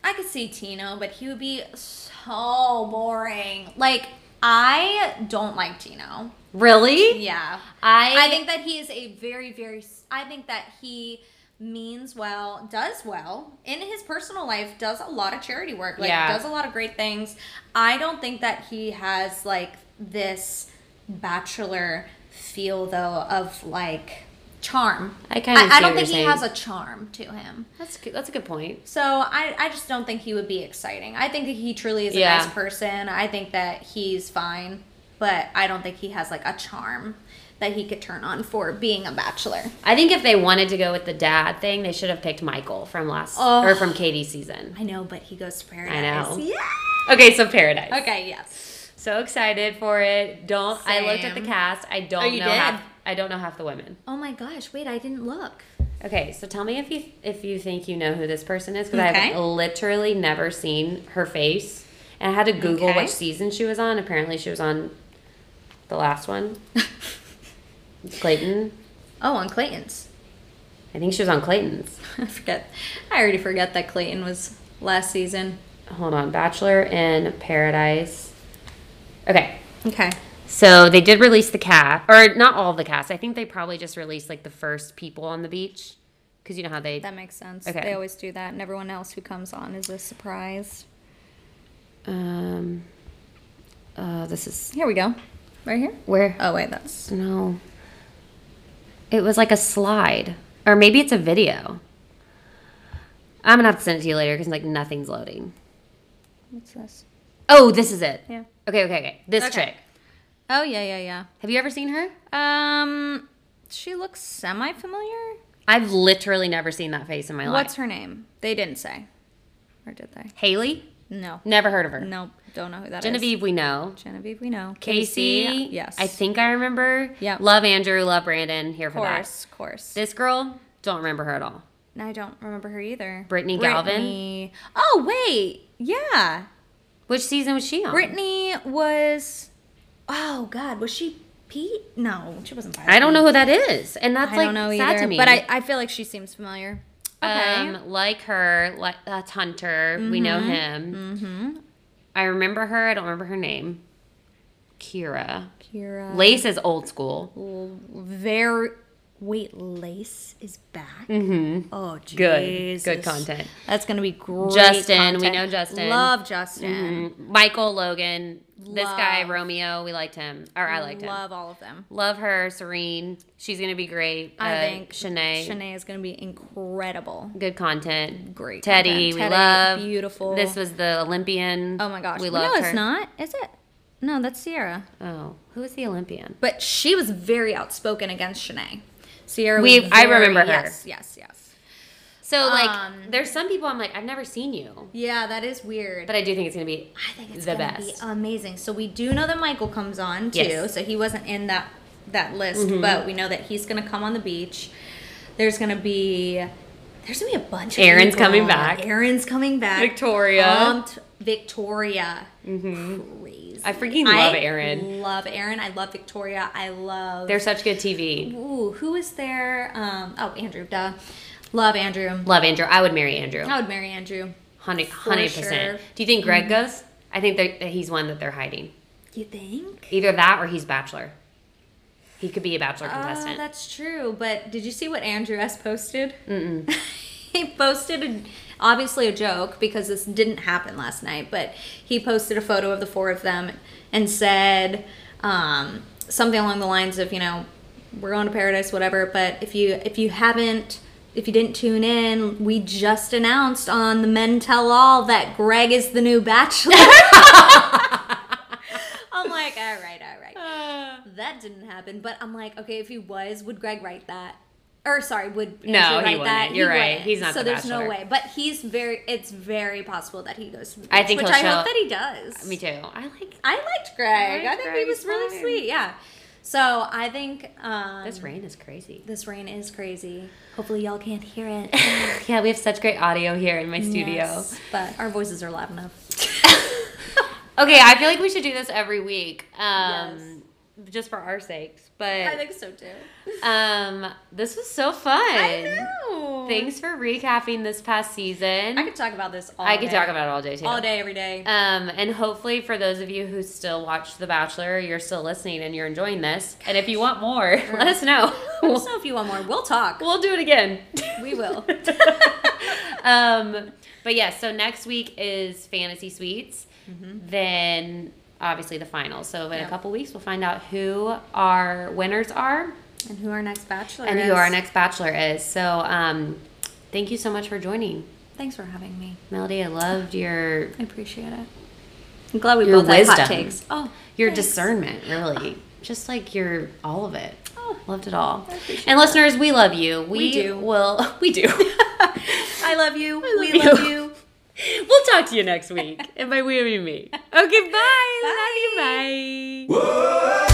[SPEAKER 3] I could see Tino, but he would be so boring. Like, I don't like Tino.
[SPEAKER 2] Really?
[SPEAKER 3] Yeah,
[SPEAKER 2] I
[SPEAKER 3] I think that he is a very very. s- I think that he means well, does well in his personal life, does a lot of charity work, like
[SPEAKER 2] Yeah.
[SPEAKER 3] does a lot of great things. I don't think that he has like this bachelor feel though of like charm.
[SPEAKER 2] I kinda see
[SPEAKER 3] I, I
[SPEAKER 2] what
[SPEAKER 3] don't think
[SPEAKER 2] you're
[SPEAKER 3] he
[SPEAKER 2] saying.
[SPEAKER 3] has a charm to him.
[SPEAKER 2] that's good, that's a good point.
[SPEAKER 3] So I, I just don't think he would be exciting. I think that he truly is a
[SPEAKER 2] Yeah.
[SPEAKER 3] nice person. I think that he's fine, but I don't think he has like a charm that he could turn on for being a bachelor.
[SPEAKER 2] I think if they wanted to go with the dad thing, they should have picked Michael from last
[SPEAKER 3] Oh.
[SPEAKER 2] or from Katie's season.
[SPEAKER 3] I know, but he goes to
[SPEAKER 2] know.
[SPEAKER 3] paradise. Yeah.
[SPEAKER 2] Okay, so Paradise.
[SPEAKER 3] Okay. Yes.
[SPEAKER 2] So excited for it. Don't I looked at the
[SPEAKER 3] Same.
[SPEAKER 2] cast. I don't
[SPEAKER 3] Oh, you
[SPEAKER 2] know
[SPEAKER 3] did?
[SPEAKER 2] half I don't know half the women.
[SPEAKER 3] Oh my gosh! Wait, I didn't look.
[SPEAKER 2] Okay, so tell me if you if you think you know who this person is cuz
[SPEAKER 3] Okay.
[SPEAKER 2] I've literally never seen her face. And I had to Google
[SPEAKER 3] Okay.
[SPEAKER 2] which season she was on. Apparently she was on the last one. Clayton.
[SPEAKER 3] Oh, on Clayton's.
[SPEAKER 2] I think she was on Clayton's.
[SPEAKER 3] I forget. I already forget that Clayton was last season.
[SPEAKER 2] Hold on, Bachelor in Paradise. Okay.
[SPEAKER 3] Okay.
[SPEAKER 2] So they did release the cast, or not all the cast. I think they probably just released like the first people on the beach, because you know how they.
[SPEAKER 3] That makes sense.
[SPEAKER 2] Okay.
[SPEAKER 3] They always do that, and everyone else who comes on is a surprise.
[SPEAKER 2] Um. Uh, this is
[SPEAKER 3] Here we go. Right here.
[SPEAKER 2] where.
[SPEAKER 3] Oh wait, that's
[SPEAKER 2] No. It was like a slide, or maybe it's a video. I'm gonna have to send it to you later because like nothing's loading.
[SPEAKER 3] What's this?
[SPEAKER 2] Oh, this is it.
[SPEAKER 3] Yeah.
[SPEAKER 2] Okay, okay, okay. This
[SPEAKER 3] Okay.
[SPEAKER 2] chick.
[SPEAKER 3] Oh yeah, yeah,
[SPEAKER 2] Have you ever seen her?
[SPEAKER 3] yeah. Um, she looks semi-familiar.
[SPEAKER 2] I've literally never seen that face in my
[SPEAKER 3] What's
[SPEAKER 2] life.
[SPEAKER 3] her name? They didn't say, or did they?
[SPEAKER 2] Haley?
[SPEAKER 3] No.
[SPEAKER 2] Never heard of her.
[SPEAKER 3] Nope. Don't know who that is.
[SPEAKER 2] Genevieve, we know.
[SPEAKER 3] Genevieve, we know.
[SPEAKER 2] Casey,
[SPEAKER 3] Yes.
[SPEAKER 2] I think I remember.
[SPEAKER 3] Yeah.
[SPEAKER 2] Love Andrew, love Brandon. Here
[SPEAKER 3] Of
[SPEAKER 2] for that.
[SPEAKER 3] course, course.
[SPEAKER 2] This girl, don't remember her at all.
[SPEAKER 3] I don't remember her either.
[SPEAKER 2] Brittany Galvin?
[SPEAKER 3] Brittany- Oh wait, yeah.
[SPEAKER 2] Which season was she on?
[SPEAKER 3] Brittany was. Oh God, was she Pete? No, she wasn't. Violet.
[SPEAKER 2] I don't know who that is, and that's
[SPEAKER 3] I
[SPEAKER 2] like
[SPEAKER 3] don't know
[SPEAKER 2] sad
[SPEAKER 3] either.
[SPEAKER 2] to me.
[SPEAKER 3] But I, I feel like she seems familiar.
[SPEAKER 2] um, like her, like that's Hunter. We know him.
[SPEAKER 3] mm-hmm.
[SPEAKER 2] I remember her. I don't remember her name. Kira.
[SPEAKER 3] Kira.
[SPEAKER 2] Lace is old school.
[SPEAKER 3] L- Very. Wait, Lace is back.
[SPEAKER 2] Mm-hmm.
[SPEAKER 3] Oh,
[SPEAKER 2] Good.
[SPEAKER 3] Jesus.
[SPEAKER 2] Good content.
[SPEAKER 3] That's gonna be great.
[SPEAKER 2] Justin, we
[SPEAKER 3] content.
[SPEAKER 2] know Justin.
[SPEAKER 3] Love Justin.
[SPEAKER 2] Mhm. Michael Logan. This guy
[SPEAKER 3] Love.
[SPEAKER 2] Romeo. We liked him, or I liked him. Uh,
[SPEAKER 3] Love all of them.
[SPEAKER 2] Love her. Serene. She's gonna be great.
[SPEAKER 3] I
[SPEAKER 2] Uh,
[SPEAKER 3] think
[SPEAKER 2] Shanae.
[SPEAKER 3] Shanae is gonna be incredible.
[SPEAKER 2] Good content.
[SPEAKER 3] Great.
[SPEAKER 2] Teddy,
[SPEAKER 3] content.
[SPEAKER 2] we love.
[SPEAKER 3] Beautiful.
[SPEAKER 2] This was the Olympian.
[SPEAKER 3] Oh my gosh.
[SPEAKER 2] we love
[SPEAKER 3] no,
[SPEAKER 2] her.
[SPEAKER 3] it's not. Is it? No, that's Sierra.
[SPEAKER 2] Oh, who is the Olympian?
[SPEAKER 3] But she was very outspoken against Shanae. Sierra was
[SPEAKER 2] We- I
[SPEAKER 3] very-
[SPEAKER 2] remember her.
[SPEAKER 3] Yes, yes, yes.
[SPEAKER 2] So like,
[SPEAKER 3] Um,
[SPEAKER 2] there's some people I'm like, I've never seen you,
[SPEAKER 3] Yeah, that is weird.
[SPEAKER 2] but I do think it's gonna be.
[SPEAKER 3] I think it's
[SPEAKER 2] the
[SPEAKER 3] gonna
[SPEAKER 2] best.
[SPEAKER 3] be amazing. So we do know that Michael comes on too.
[SPEAKER 2] Yes. Mm-hmm.
[SPEAKER 3] So he wasn't in that that list, but we know that he's gonna come on the beach. There's gonna be there's gonna be a bunch of
[SPEAKER 2] Aaron's
[SPEAKER 3] people
[SPEAKER 2] coming
[SPEAKER 3] on.
[SPEAKER 2] back.
[SPEAKER 3] Aaron's coming back.
[SPEAKER 2] Victoria. Mm-hmm.
[SPEAKER 3] Pumped. Victoria. Crazy.
[SPEAKER 2] I freaking love
[SPEAKER 3] I
[SPEAKER 2] Aaron.
[SPEAKER 3] Love Aaron. I love Victoria. I love
[SPEAKER 2] They're such good TV.
[SPEAKER 3] Ooh, who is there? Um oh Andrew, duh. Love Andrew.
[SPEAKER 2] Love Andrew. I would marry Andrew.
[SPEAKER 3] I would marry Andrew.
[SPEAKER 2] Hundred hundred
[SPEAKER 3] Oh, sure. Mm-hmm.
[SPEAKER 2] percent. Do you think Greg goes? I think that that he's one that they're hiding.
[SPEAKER 3] You think?
[SPEAKER 2] Either that or he's Bachelor. He could be a Bachelor
[SPEAKER 3] Oh,
[SPEAKER 2] contestant.
[SPEAKER 3] that's true. But did you see what Andrew S posted? Mm-mm. he posted a, obviously a joke because this didn't happen last night, but he posted a photo of the four of them and said um, something along the lines of, you know, we're going to paradise, whatever. But if you if you haven't if you didn't tune in, we just announced on the Men Tell All that Greg is the new Bachelor. I'm like, all right, all right
[SPEAKER 2] Uh.
[SPEAKER 3] that didn't happen. But I'm like, okay, if he was, would Greg write that? Or sorry, would
[SPEAKER 2] No,
[SPEAKER 3] Andrew
[SPEAKER 2] he
[SPEAKER 3] write
[SPEAKER 2] wouldn't.
[SPEAKER 3] that?
[SPEAKER 2] You're right. He's not
[SPEAKER 3] So
[SPEAKER 2] the
[SPEAKER 3] there's no
[SPEAKER 2] Bachelor.
[SPEAKER 3] way. But he's very. It's very possible that he goes. To the
[SPEAKER 2] I
[SPEAKER 3] beach,
[SPEAKER 2] think
[SPEAKER 3] which
[SPEAKER 2] he'll
[SPEAKER 3] I
[SPEAKER 2] show
[SPEAKER 3] hope
[SPEAKER 2] up.
[SPEAKER 3] that he does.
[SPEAKER 2] Me too. I like
[SPEAKER 3] I liked Greg. I,
[SPEAKER 2] I liked
[SPEAKER 3] think
[SPEAKER 2] Greg.
[SPEAKER 3] he was
[SPEAKER 2] He's
[SPEAKER 3] really
[SPEAKER 2] fine.
[SPEAKER 3] sweet. Yeah. So I think um,
[SPEAKER 2] this rain is crazy.
[SPEAKER 3] this rain is crazy. Hopefully y'all can't hear it.
[SPEAKER 2] Yeah, we have such great audio here in my studio.
[SPEAKER 3] Yes, but our voices are loud enough.
[SPEAKER 2] Okay, I feel like we should do this every week. Um just for our sakes. But
[SPEAKER 3] I think so too.
[SPEAKER 2] um this was so fun.
[SPEAKER 3] I know.
[SPEAKER 2] Thanks for recapping this past season.
[SPEAKER 3] I could talk about this all.
[SPEAKER 2] I could
[SPEAKER 3] day.
[SPEAKER 2] talk about it all day too.
[SPEAKER 3] all day, every day.
[SPEAKER 2] Um, and hopefully, for those of you who still watch The Bachelor, you're still listening and you're enjoying this. And if you want more, let us know.
[SPEAKER 3] Let
[SPEAKER 2] We'll,
[SPEAKER 3] us know if you want more. We'll talk.
[SPEAKER 2] we'll do it again.
[SPEAKER 3] We will.
[SPEAKER 2] um, but yeah, so next week is Fantasy Suites. Then obviously the final. So in
[SPEAKER 3] Mm-hmm. Yeah.
[SPEAKER 2] a couple weeks, we'll find out who our winners are
[SPEAKER 3] and who our next bachelor
[SPEAKER 2] and
[SPEAKER 3] is.
[SPEAKER 2] who our next Bachelor is. So um, thank you so much for joining,
[SPEAKER 3] Thanks for having me.
[SPEAKER 2] Melody. I loved your
[SPEAKER 3] I appreciate it. I'm glad we
[SPEAKER 2] Your
[SPEAKER 3] both had hot
[SPEAKER 2] wisdom.
[SPEAKER 3] takes. Oh,
[SPEAKER 2] your
[SPEAKER 3] thanks.
[SPEAKER 2] discernment, really. Just like your all of it.
[SPEAKER 3] Oh,
[SPEAKER 2] Loved it all.
[SPEAKER 3] I appreciate
[SPEAKER 2] And listeners, we love you. We,
[SPEAKER 3] do.
[SPEAKER 2] will we do.
[SPEAKER 3] I love you. we
[SPEAKER 2] you.
[SPEAKER 3] love you.
[SPEAKER 2] we'll talk to you next week. and by we I mean me. Okay, bye. Love you. Bye.
[SPEAKER 4] Whoa!